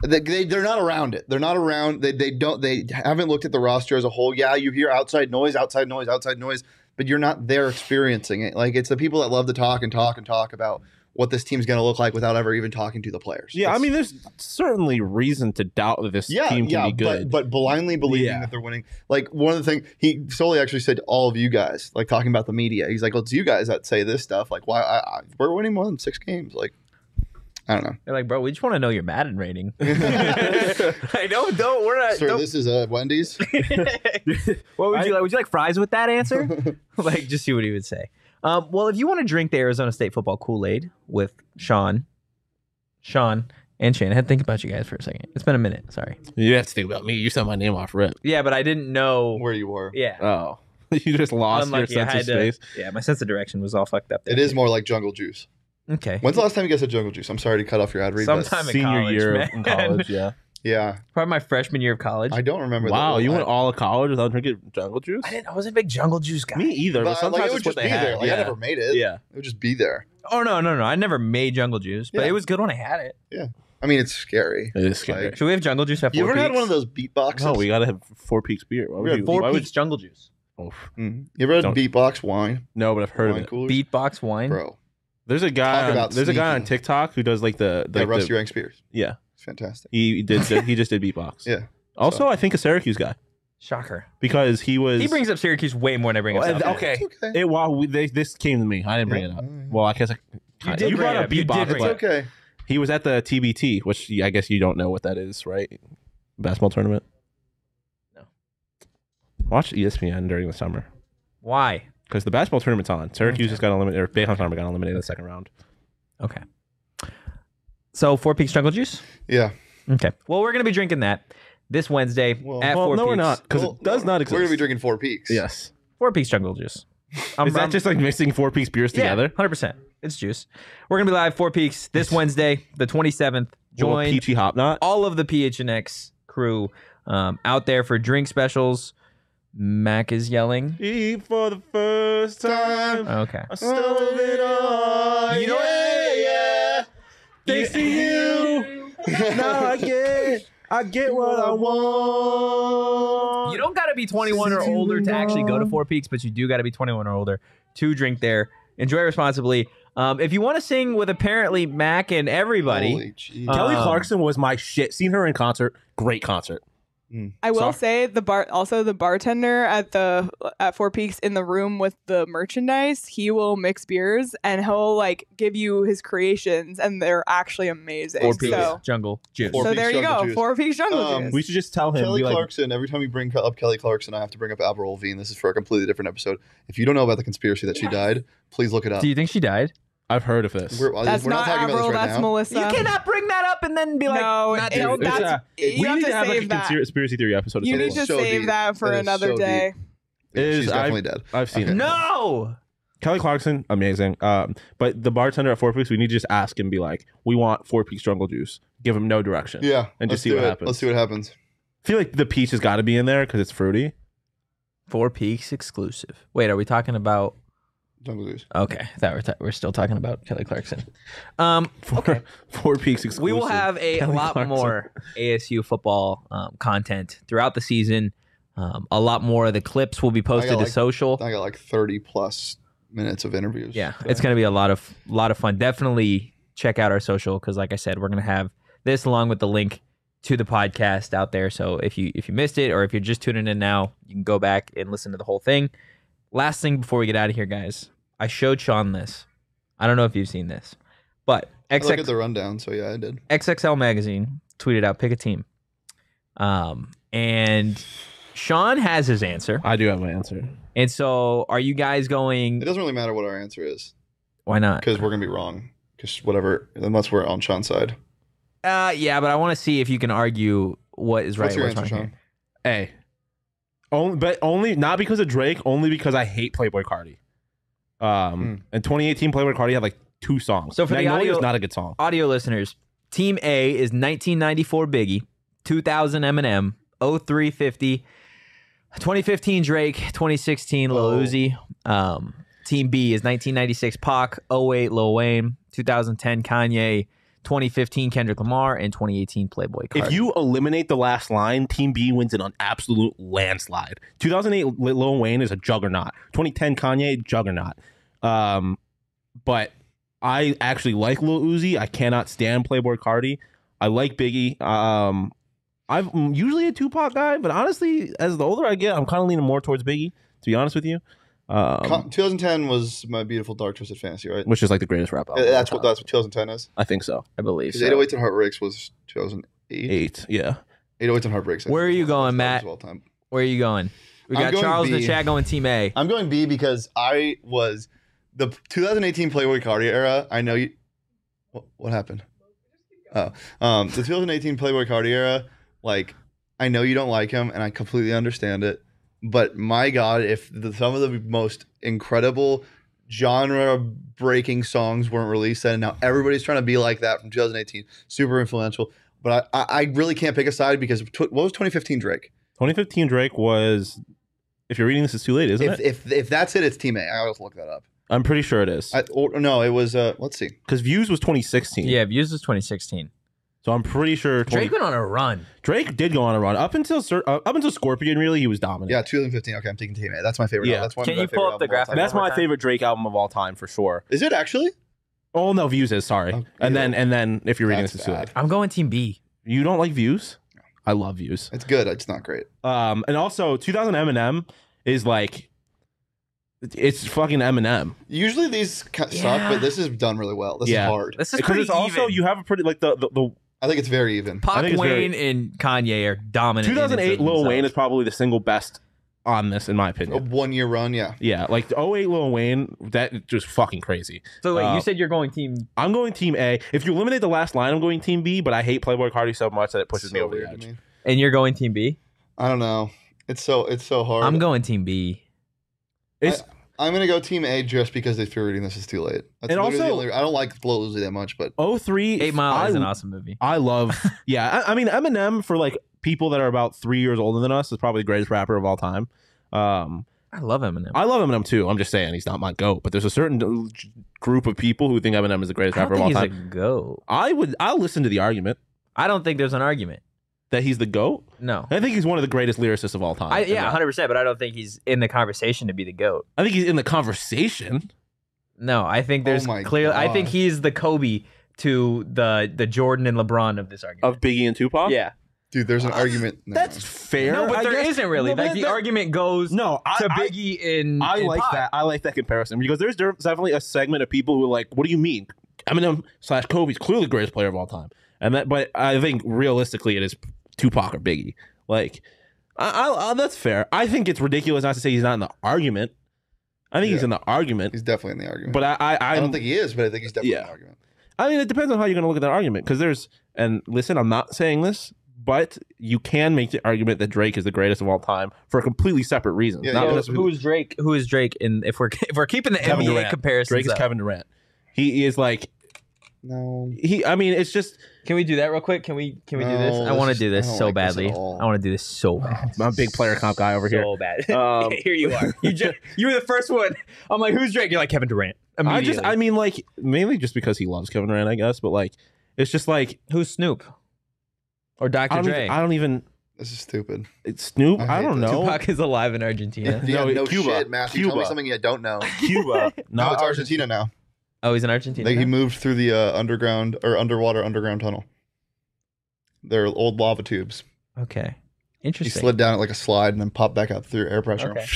Speaker 2: they, they they're not around it. They're not around. They they don't. They haven't looked at the roster as a whole. Yeah, you hear outside noise, outside noise, outside noise, but you're not there experiencing it. Like it's the people that love to talk and talk and talk about what this team's going to look like without ever even talking to the players.
Speaker 3: Yeah, I
Speaker 2: That's-
Speaker 3: mean, there's certainly reason to doubt that this
Speaker 2: yeah,
Speaker 3: team can
Speaker 2: yeah,
Speaker 3: be good.
Speaker 2: but but blindly believing
Speaker 3: Yeah.
Speaker 2: that they're winning. Like one of the things he solely actually said to all of you guys, like talking about the media. He's like, well, it's you guys that say this stuff. Like, why I, I, we're winning more than six games? Like, I don't know.
Speaker 1: They're like, bro, we just want to know your Madden
Speaker 3: *laughs*
Speaker 1: rating. *laughs* I don't, don't, we're not.
Speaker 2: Sir,
Speaker 1: don't-
Speaker 2: this is uh, Wendy's.
Speaker 1: what would you
Speaker 3: I-
Speaker 1: like? Would you like fries with that
Speaker 3: *laughs*
Speaker 1: answer? *laughs* like, just see what he would say. Um, well, if you want to drink the Arizona State football Kool Aid with Sean, Sean and Shane, I had to think about you guys for a second. It's been a minute. Sorry.
Speaker 3: you have to think about me. You said my name off rip.
Speaker 1: Yeah, but I didn't know.
Speaker 2: where you were.
Speaker 1: yeah.
Speaker 3: Oh, *laughs* you just lost
Speaker 1: Unlucky. I
Speaker 3: your sense
Speaker 1: had
Speaker 3: of
Speaker 1: to,
Speaker 3: space.
Speaker 1: yeah, my sense of direction was all fucked up. There.
Speaker 2: It is more like jungle juice.
Speaker 1: Okay.
Speaker 2: When's the last time you guys had jungle juice? I'm sorry to cut off your ad read. but-
Speaker 1: Sometime- I'm in
Speaker 3: Senior
Speaker 1: college,
Speaker 3: year
Speaker 1: man.
Speaker 3: in
Speaker 1: *laughs*
Speaker 3: college, yeah.
Speaker 2: yeah,
Speaker 1: Probably my freshman year of college.
Speaker 2: I don't remember. that
Speaker 3: Wow,
Speaker 2: one.
Speaker 3: you
Speaker 2: I-
Speaker 3: went all of college without drinking jungle juice?
Speaker 1: I didn't. I wasn't a big jungle juice guy.
Speaker 3: Me either,
Speaker 2: But,
Speaker 3: but,
Speaker 2: like,
Speaker 3: sometimes
Speaker 2: it would
Speaker 3: it's what
Speaker 2: just
Speaker 3: they
Speaker 2: be
Speaker 3: had.
Speaker 2: there. Like
Speaker 3: yeah.
Speaker 2: I never made it.
Speaker 3: yeah.
Speaker 2: it would just be there.
Speaker 1: Oh no, no, no! I never made jungle juice, but
Speaker 2: Yeah.
Speaker 1: it was good when I had it.
Speaker 2: I mean, it's scary.
Speaker 3: It is scary.
Speaker 2: Like,
Speaker 1: Should we have jungle juice? At
Speaker 2: You
Speaker 1: Four
Speaker 2: ever had
Speaker 1: Peaks?
Speaker 2: one of those beatboxes?
Speaker 3: no, we gotta have Four Peaks beer. Why
Speaker 2: We
Speaker 3: would
Speaker 2: had
Speaker 3: you?
Speaker 1: Four
Speaker 3: why
Speaker 1: Peaks jungle juice.
Speaker 3: Would, oof.
Speaker 2: Mhm. You ever had
Speaker 3: Don't-
Speaker 2: beatbox wine?
Speaker 3: no, but I've heard of
Speaker 2: Wine
Speaker 3: it.
Speaker 2: coolers,
Speaker 1: Beatbox wine.
Speaker 2: bro.
Speaker 3: There's a guy.
Speaker 2: Talk
Speaker 3: On,
Speaker 2: about
Speaker 3: there's a guy on
Speaker 2: sneaky.
Speaker 3: TikTok who does like the,
Speaker 2: Yeah,
Speaker 3: like
Speaker 2: Rusty
Speaker 3: the
Speaker 2: Rank Spears.
Speaker 3: yeah.
Speaker 2: It's fantastic.
Speaker 3: He did. he just did beatbox.
Speaker 2: *laughs* Yeah,
Speaker 3: Also, I think a Syracuse guy
Speaker 1: Shocker.
Speaker 3: because he was.
Speaker 1: He brings up Syracuse way more than I bring up.
Speaker 3: Well,
Speaker 1: South Carolina.
Speaker 3: okay.
Speaker 2: It's okay.
Speaker 3: It, while we, they, this came to me, I didn't bring
Speaker 2: Yeah.
Speaker 3: it up.
Speaker 2: Oh, yeah.
Speaker 3: Well, I guess I,
Speaker 1: You did bring
Speaker 3: brought
Speaker 1: it
Speaker 3: up
Speaker 1: up. You did bring
Speaker 3: beatbox,
Speaker 2: It's
Speaker 1: it
Speaker 3: but
Speaker 1: up.
Speaker 2: okay.
Speaker 3: he was at the TBT, which I guess you don't know what that is, right? Basketball tournament.
Speaker 1: No.
Speaker 3: Watch E ESPN during the summer
Speaker 1: Why?
Speaker 3: because the basketball tournament's on. Syracuse just got eliminated, or Bayham Tournament got eliminated in the second round.
Speaker 1: Okay. So Four Peaks Jungle Juice.
Speaker 2: Yeah.
Speaker 1: Okay. Well, we're gonna be drinking that this Wednesday
Speaker 2: Well-
Speaker 1: at
Speaker 3: well,
Speaker 1: Four
Speaker 3: no,
Speaker 1: Peaks.
Speaker 3: we're not because
Speaker 2: Well,
Speaker 3: it does not exist.
Speaker 2: We're gonna be drinking Four Peaks.
Speaker 3: Yes.
Speaker 1: Four Peaks Jungle Juice. I'm,
Speaker 3: Is that just like mixing four piece beers together?
Speaker 1: Hundred percent. It's juice. We're gonna be live Four Peaks this Wednesday, the 27th.
Speaker 3: Little
Speaker 1: Join
Speaker 3: peachy hop knot.
Speaker 1: all of the PHNX crew um, out there for drink specials. Mac is yelling.
Speaker 3: Eat for the first time.
Speaker 1: Okay.
Speaker 3: I stole it all.
Speaker 1: You know what?
Speaker 3: yeah. Thanks *laughs* to you. now I get, I get what I want.
Speaker 1: You don't got to be 21 or older to actually go to Four Peaks, but you do got to be 21 or older to drink there. Enjoy responsibly. Um, if you want to sing with apparently Mac and everybody,
Speaker 2: Holy jeez.
Speaker 1: Uh,
Speaker 3: Kelly
Speaker 1: Um,
Speaker 3: Clarkson was my shit. Seen her in concert. Great concert.
Speaker 4: I will
Speaker 3: Sorry.
Speaker 4: say the bar also the bartender at the at Four Peaks in the room with the merchandise, he will mix beers and he'll like give you his creations and they're actually amazing.
Speaker 1: Four Peaks
Speaker 4: so
Speaker 1: Jungle Juice.
Speaker 2: Four
Speaker 4: so
Speaker 2: Peaks
Speaker 4: there you
Speaker 2: Jungle
Speaker 4: go.
Speaker 2: Juice.
Speaker 4: Four Peaks Jungle
Speaker 2: Um,
Speaker 4: Juice.
Speaker 3: We should just tell him.
Speaker 2: Kelly
Speaker 3: be like,
Speaker 2: Clarkson. Every time you bring up Kelly Clarkson, I have to bring up Avril Lavigne. This is for a completely different episode. If you don't know about the conspiracy that she died, please look it up.
Speaker 1: Do you think she died?
Speaker 3: I've heard of this.
Speaker 2: We're,
Speaker 4: that's
Speaker 2: we're not,
Speaker 4: not,
Speaker 2: talking
Speaker 4: Avril,
Speaker 2: about
Speaker 4: that's
Speaker 2: this right now.
Speaker 4: Melissa.
Speaker 1: you cannot bring that up and then be like,
Speaker 4: no,
Speaker 1: not
Speaker 4: it-
Speaker 1: doing
Speaker 3: dude.
Speaker 1: it.
Speaker 4: that's,
Speaker 3: It's, uh,
Speaker 4: you
Speaker 3: we
Speaker 4: have
Speaker 3: need
Speaker 4: to,
Speaker 3: to have like a
Speaker 4: save that.
Speaker 3: conspiracy theory episode. at
Speaker 4: You
Speaker 3: some
Speaker 4: need
Speaker 3: point.
Speaker 4: to
Speaker 2: so
Speaker 4: save
Speaker 2: deep.
Speaker 4: that for
Speaker 2: That is
Speaker 4: another
Speaker 2: so
Speaker 4: day.
Speaker 3: It is-
Speaker 2: She's
Speaker 3: I've-
Speaker 2: definitely dead.
Speaker 3: I've seen it.
Speaker 1: no.
Speaker 3: Kelly Clarkson, amazing. Um, but the bartender at Four Peaks, we need to just ask and be like, "We want Four Peaks Jungle Juice." Give him no direction.
Speaker 2: Yeah. let's
Speaker 3: And just see
Speaker 2: do
Speaker 3: what
Speaker 2: it.
Speaker 3: happens.
Speaker 2: Let's see what happens.
Speaker 3: I feel like the peach has got to be in there because it's fruity.
Speaker 1: Four Peaks exclusive. Wait, are we talking about?
Speaker 2: Jungle Juice.
Speaker 1: Okay, that we're, ta- we're still talking about Kelly Clarkson. Um,
Speaker 3: Four, *laughs* four peaks exclusive.
Speaker 1: we will have a
Speaker 3: Kelly
Speaker 1: lot
Speaker 3: Clarkson.
Speaker 1: more ASU football um, content throughout the season. Um, a lot more of the clips will be posted to
Speaker 2: like-
Speaker 1: social.
Speaker 2: I got like 30 plus minutes of interviews.
Speaker 1: yeah, it's going to be a lot of lot of fun. Definitely check out our social because, like I said, we're going to have this along with the link to the podcast out there. So if you if you missed it or if you're just tuning in now, you can go back and listen to the whole thing. Last thing before we get out of here, guys, I showed Sean this. I don't know if you've seen this, but
Speaker 2: I look at
Speaker 1: XX,
Speaker 2: the rundown. So yeah, I did.
Speaker 1: XXL magazine tweeted out pick a team, um, and Sean has his answer.
Speaker 3: I do have my answer.
Speaker 1: And so, are you guys
Speaker 2: It
Speaker 1: going?
Speaker 2: doesn't really matter what our answer is
Speaker 1: Why not?
Speaker 2: because we're going to be wrong. Because whatever, unless we're on Sean's side.
Speaker 1: Uh, yeah, but I want to see if you can argue what is right.
Speaker 2: What's your
Speaker 1: and what's
Speaker 2: answer,
Speaker 1: wrong
Speaker 2: Sean?
Speaker 3: A. Only, but only not because of Drake. Only because I hate Playboy Cardi. Um, in 2018, Playboy Cardi had like two songs.
Speaker 1: Hmm. So for the
Speaker 3: Magnolia
Speaker 1: audio-
Speaker 3: is not a good song.
Speaker 1: Audio listeners, Team A is 1994 Biggie, 2000 Eminem, 0350, 2015 Drake, 2016 Lil
Speaker 2: Oh.
Speaker 1: Uzi. oh Um, team B is 1996 Pac, 08 Lil Wayne, 2010 Kanye, 2015 Kendrick Lamar, and 2018 Playboy Cardi.
Speaker 3: If you eliminate the last line, Team B wins in an absolute landslide. 2008 Lil- Lil Wayne is a juggernaut. 2010 Kanye juggernaut. Um, but I actually like Lil Uzi. I cannot stand Playboy Cardi. I like Biggie. Um, I've I'm usually a Tupac guy, but honestly, as the older I get, I'm kind of leaning more towards Biggie. To be honest with you, um,
Speaker 2: Com- 2010 was my beautiful dark twisted fantasy, right?
Speaker 3: which is like the greatest rap album.
Speaker 2: Uh,
Speaker 3: of all
Speaker 2: That's what
Speaker 3: time.
Speaker 2: that's what 2010 is.
Speaker 3: I think so.
Speaker 1: I believe.
Speaker 2: Because
Speaker 1: so.
Speaker 2: 808 and heartbreaks was 2008.
Speaker 3: Eight, yeah.
Speaker 2: 808 and heartbreaks. I
Speaker 1: Where
Speaker 2: think,
Speaker 1: are
Speaker 2: is
Speaker 1: you
Speaker 2: one of
Speaker 1: going,
Speaker 2: the best
Speaker 1: Matt?
Speaker 2: albums of all time.
Speaker 1: Where are you going? We
Speaker 2: I'm
Speaker 1: got
Speaker 2: going
Speaker 1: Charles in the
Speaker 2: B.
Speaker 1: chat going Team A.
Speaker 2: I'm going B because I was the 2018 Playboy Cardi era. I know you. What, what happened? Oh, um, the 2018 Playboy Cardi era. Like, I know you don't like him, and I completely understand it. But my God, if the, some of the most incredible genre-breaking songs weren't released then, now everybody's trying to be like that from 2018. Super influential. But I, I, I really can't pick a side because tw- what was 2015 Drake?
Speaker 3: 2015 Drake was. If you're reading this, it's too late, isn't
Speaker 2: If,
Speaker 3: it?
Speaker 2: if if that's it, it's Team A. I always look that up.
Speaker 3: I'm pretty sure it is.
Speaker 2: I, or, no, it was. Uh, let's see.
Speaker 3: Because Views was 2016.
Speaker 1: Yeah, views was 2016.
Speaker 3: So I'm pretty sure 20
Speaker 1: Drake
Speaker 3: Drake,
Speaker 1: went on a run.
Speaker 3: did go on a run up until Cer- uh, up until Scorpion. Really, he was dominant.
Speaker 2: Yeah, 2015. Okay, I'm taking Team A. That's my favorite.
Speaker 3: Yeah.
Speaker 2: Yeah. That's one
Speaker 1: Can
Speaker 2: of my
Speaker 1: you pull
Speaker 2: favorite
Speaker 1: up the
Speaker 2: albums of all
Speaker 1: graphic?
Speaker 3: that's
Speaker 1: One more
Speaker 3: my
Speaker 1: time.
Speaker 3: favorite Drake album of all time for sure.
Speaker 2: time. Is it actually?
Speaker 3: Oh no, Views is sorry.
Speaker 2: Oh,
Speaker 3: and
Speaker 2: yeah.
Speaker 3: then and then if you're reading
Speaker 2: That's
Speaker 3: this, it's too
Speaker 2: bad.
Speaker 3: late.
Speaker 1: I'm going Team B.
Speaker 3: You don't like Views? I love Views.
Speaker 2: It's good. It's not great.
Speaker 3: Um, and also 2000 Eminem is like, it's fucking Eminem.
Speaker 2: Usually these ca-
Speaker 1: Yeah.
Speaker 2: suck, but this is done really well. This
Speaker 3: Yeah.
Speaker 2: is hard.
Speaker 1: This is
Speaker 3: Because
Speaker 1: pretty
Speaker 3: it's also
Speaker 1: even.
Speaker 3: you have a pretty like the the, the
Speaker 2: I think it's very even.
Speaker 1: Pac,
Speaker 3: I think it's very-
Speaker 1: Wayne, and Kanye are dominant. in and of
Speaker 3: 2008 Lil
Speaker 1: themselves.
Speaker 3: Wayne is probably the single best on this in my
Speaker 2: A
Speaker 3: opinion.
Speaker 2: one year run, yeah.
Speaker 3: Yeah, like the 08 Lil Wayne, that just fucking crazy.
Speaker 1: So wait,
Speaker 3: uh,
Speaker 1: you said you're going Team.
Speaker 3: I'm going Team A. If you eliminate the last line, I'm going Team B. But I hate Playboy Cardi so much that it pushes
Speaker 2: It's
Speaker 3: me
Speaker 2: so
Speaker 3: over the
Speaker 2: weird to
Speaker 3: edge.
Speaker 2: me.
Speaker 1: And you're going Team B.
Speaker 2: I don't know. It's so it's so hard.
Speaker 1: I'm going Team B.
Speaker 3: It's
Speaker 2: I'm gonna go Team A just because if you're reading this, it's too late. That's
Speaker 3: And
Speaker 2: literally the
Speaker 3: also-
Speaker 2: only- I don't like Lil Uzi that much, but
Speaker 3: 03.
Speaker 1: Eight Mile
Speaker 3: I,
Speaker 1: is an awesome movie. *laughs*
Speaker 3: I love. yeah, I, I mean Eminem for like people that are about three years older than us is probably the greatest rapper of all time. Um,
Speaker 1: I love Eminem.
Speaker 3: I love Eminem too. I'm just saying he's not my goat, but there's a certain group of people who think Eminem is the greatest
Speaker 1: I
Speaker 3: rapper
Speaker 1: don't
Speaker 3: of all
Speaker 1: think he's
Speaker 3: time.
Speaker 1: a goat.
Speaker 3: I would. I'll listen to the argument
Speaker 1: I don't think there's an argument.
Speaker 3: that he's the goat.
Speaker 1: No.
Speaker 3: I think he's one of the greatest lyricists of all time.
Speaker 1: I, yeah, 100. percent But I don't think he's in the conversation to be the goat.
Speaker 3: I think he's in the conversation.
Speaker 1: No, I think
Speaker 3: Oh
Speaker 1: there's
Speaker 2: my
Speaker 1: clear. I think
Speaker 2: God.
Speaker 1: he's the Kobe to the the Jordan and LeBron of this argument.
Speaker 3: of Biggie and Tupac.
Speaker 1: yeah.
Speaker 2: dude, there's an argument. Never
Speaker 3: Uh, *laughs* that's
Speaker 2: mind.
Speaker 3: fair.
Speaker 1: No, but
Speaker 3: I
Speaker 1: there
Speaker 3: guess.
Speaker 1: not really.
Speaker 3: No, but
Speaker 1: like the
Speaker 3: that-
Speaker 1: argument goes
Speaker 3: No, I,
Speaker 1: to
Speaker 3: I-
Speaker 1: Biggie in.
Speaker 3: I
Speaker 1: in
Speaker 3: like
Speaker 1: Pac.
Speaker 3: that. I like that comparison because there's de- definitely a segment of people who are like, "What do you mean? Eminem slash Kobe's clearly the greatest player of all time." And that, but I think realistically, it is Tupac or Biggie. Like, I, I, I- that's fair. I think it's ridiculous not to say he's not in the argument. I think he's
Speaker 2: Yeah.
Speaker 3: in the argument,
Speaker 2: he's definitely in the argument.
Speaker 3: but I, I,
Speaker 2: I
Speaker 3: I'm,
Speaker 2: don't think he is, but I think he's definitely in
Speaker 3: Yeah.
Speaker 2: the argument.
Speaker 3: I mean, it depends on how you're going to look at that argument. Because there's, and listen, I'm not saying this, but you can make the argument that Drake is the greatest of all time for a completely separate reason.
Speaker 2: Yeah,
Speaker 3: Not
Speaker 2: yeah.
Speaker 3: because
Speaker 1: So
Speaker 3: of who-
Speaker 1: who is Drake? Who is Drake? And if we're *laughs* if we're keeping the
Speaker 3: Kevin
Speaker 1: NBA
Speaker 3: Durant.
Speaker 1: comparison,
Speaker 3: Drake is Kevin Durant. He is like
Speaker 2: No.
Speaker 3: he. I mean, it's just
Speaker 1: Can we do that real quick? Can we can we do
Speaker 2: No,
Speaker 1: this? I
Speaker 2: this
Speaker 1: want to
Speaker 2: is-
Speaker 1: do
Speaker 2: I
Speaker 1: this
Speaker 2: don't
Speaker 1: so
Speaker 2: like this at
Speaker 1: badly.
Speaker 2: all.
Speaker 1: I want to do this so *laughs* bad.
Speaker 3: I'm a big player comp guy over here.
Speaker 1: So bad.
Speaker 3: Um,
Speaker 1: here you are. You just you were the first one. I'm like, who's Drake? You're like Kevin Durant.
Speaker 3: I just,
Speaker 1: Immediately.
Speaker 3: I mean, like mainly just because he loves Kevin Durant, I guess. But like, it's just like
Speaker 1: who's Snoop or
Speaker 3: I
Speaker 1: Dr.
Speaker 3: don't,
Speaker 1: Dre?
Speaker 3: even, I don't even
Speaker 2: This is stupid.
Speaker 3: it's Snoop.
Speaker 2: I
Speaker 3: I,
Speaker 2: hate
Speaker 3: don't
Speaker 2: this.
Speaker 3: know
Speaker 1: Tupac is alive in *laughs* Argentina.
Speaker 2: *laughs* Yeah,
Speaker 3: No,
Speaker 2: no
Speaker 3: Cuba.
Speaker 2: shit, Matthew. Tell me
Speaker 3: Cuba.
Speaker 2: something you don't *laughs* know.
Speaker 3: Cuba.
Speaker 2: No,
Speaker 3: not
Speaker 2: it's Argentina now.
Speaker 1: Oh, he's in Argentina.
Speaker 2: They, he
Speaker 1: now?
Speaker 2: moved through the uh, underground or underwater underground tunnel. They're old lava tubes.
Speaker 1: okay,
Speaker 2: He
Speaker 1: interesting.
Speaker 2: slid down it like a slide and then popped back up through air pressure.
Speaker 1: Okay.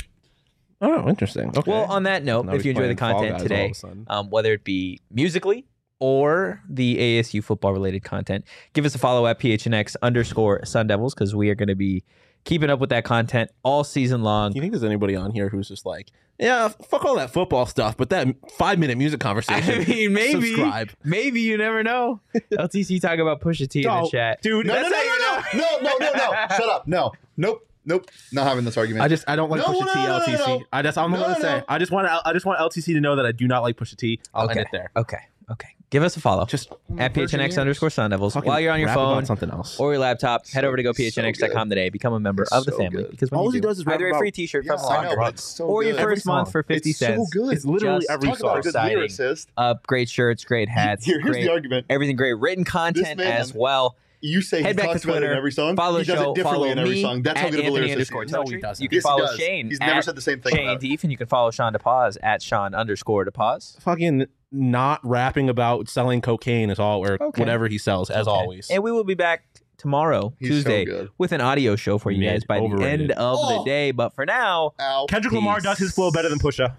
Speaker 3: Oh, interesting. Okay.
Speaker 1: Well, on that note,
Speaker 3: Now
Speaker 1: if
Speaker 3: he's
Speaker 1: you enjoy the
Speaker 3: playing Fall
Speaker 1: content
Speaker 3: Guys all
Speaker 1: today,
Speaker 3: of a sudden.
Speaker 1: um, whether it be musically or the ASU football related content. Give us a follow at PHNX underscore Sun Devils because we are going to be keeping up with that content all season long.
Speaker 3: do you think there's anybody on here who's just like, yeah, fuck all that football stuff, but that five minute music conversation.
Speaker 1: *laughs* *laughs* I mean, maybe,
Speaker 3: subscribe.
Speaker 1: maybe you never
Speaker 3: *laughs*
Speaker 1: know. LTC talking about Pusha T in the
Speaker 3: Don't.
Speaker 1: chat.
Speaker 3: dude.
Speaker 2: *laughs* No, no,
Speaker 3: that's
Speaker 2: no,
Speaker 3: how you know.
Speaker 2: no, no, no, no, no, no.
Speaker 1: *laughs*
Speaker 2: Shut up. No, nope, nope. Not having this argument.
Speaker 3: I just I don't like
Speaker 2: No,
Speaker 3: Pusha
Speaker 2: no,
Speaker 3: T
Speaker 2: no, no,
Speaker 3: LTC.
Speaker 2: no.
Speaker 3: I that's all I'm
Speaker 2: No,
Speaker 3: gonna
Speaker 2: no,
Speaker 3: say.
Speaker 2: no.
Speaker 3: I just want I just want LTC to know that I do not like Pusha T. I'll
Speaker 1: Okay.
Speaker 3: end it there.
Speaker 1: Okay. Okay. Give us a follow.
Speaker 3: Just
Speaker 2: Mm,
Speaker 1: at PHNX underscore Sun Devils.
Speaker 3: fucking
Speaker 1: While you're on your
Speaker 3: rap about
Speaker 1: phone
Speaker 3: something else.
Speaker 1: or your laptop, head over to
Speaker 2: so
Speaker 1: gophnx.com today. Become a member
Speaker 2: It's
Speaker 1: of the
Speaker 2: so
Speaker 1: family
Speaker 2: good.
Speaker 1: because when
Speaker 3: All
Speaker 1: you
Speaker 3: he
Speaker 1: do,
Speaker 3: does is rap
Speaker 1: either a
Speaker 3: about-
Speaker 1: free T-shirt
Speaker 2: Yeah,
Speaker 1: from
Speaker 2: I know,
Speaker 1: Locker
Speaker 2: but it's so
Speaker 1: or your
Speaker 2: good.
Speaker 1: first
Speaker 3: Every
Speaker 1: month
Speaker 3: song.
Speaker 1: for fifty
Speaker 2: It's so
Speaker 1: cents.
Speaker 2: good.
Speaker 1: It's literally
Speaker 3: Just
Speaker 1: every
Speaker 2: Talk
Speaker 1: song.
Speaker 2: about a good lyricist.
Speaker 1: Up, great shirts, great hats,
Speaker 2: Here- here's
Speaker 1: great-
Speaker 2: the argument.
Speaker 1: everything great, written content
Speaker 2: man-
Speaker 1: as well.
Speaker 2: You say
Speaker 1: Head
Speaker 2: he
Speaker 1: back to
Speaker 2: talks about it
Speaker 1: Twitter.
Speaker 2: in every song.
Speaker 1: Follow
Speaker 2: he
Speaker 1: the
Speaker 2: does
Speaker 1: show.
Speaker 2: it differently
Speaker 1: follow
Speaker 2: in every
Speaker 1: me
Speaker 2: song. That's how
Speaker 1: at
Speaker 2: good of a
Speaker 1: Anthony
Speaker 2: lyricist
Speaker 1: underscore
Speaker 2: he is.
Speaker 3: No, he
Speaker 1: Telltree.
Speaker 3: doesn't.
Speaker 1: You can
Speaker 2: Yes, he
Speaker 1: follow
Speaker 2: does.
Speaker 1: Shane.
Speaker 2: He's never
Speaker 1: at
Speaker 2: said the same thing.
Speaker 1: Shane
Speaker 2: about it.
Speaker 1: Deef, and you can follow Sean DePaz at Sean underscore DePaz.
Speaker 3: fucking not rapping about selling cocaine is all or
Speaker 1: Okay.
Speaker 3: whatever he sells as always.
Speaker 1: And we will be back tomorrow,
Speaker 2: He's so
Speaker 1: Tuesday,
Speaker 2: good.
Speaker 1: with an audio show for you
Speaker 3: Mid-
Speaker 1: guys by the
Speaker 3: overrated.
Speaker 1: end of the
Speaker 2: Oh.
Speaker 1: day. But for now,
Speaker 2: Ow.
Speaker 3: Kendrick Lamar does his flow better than Pusha.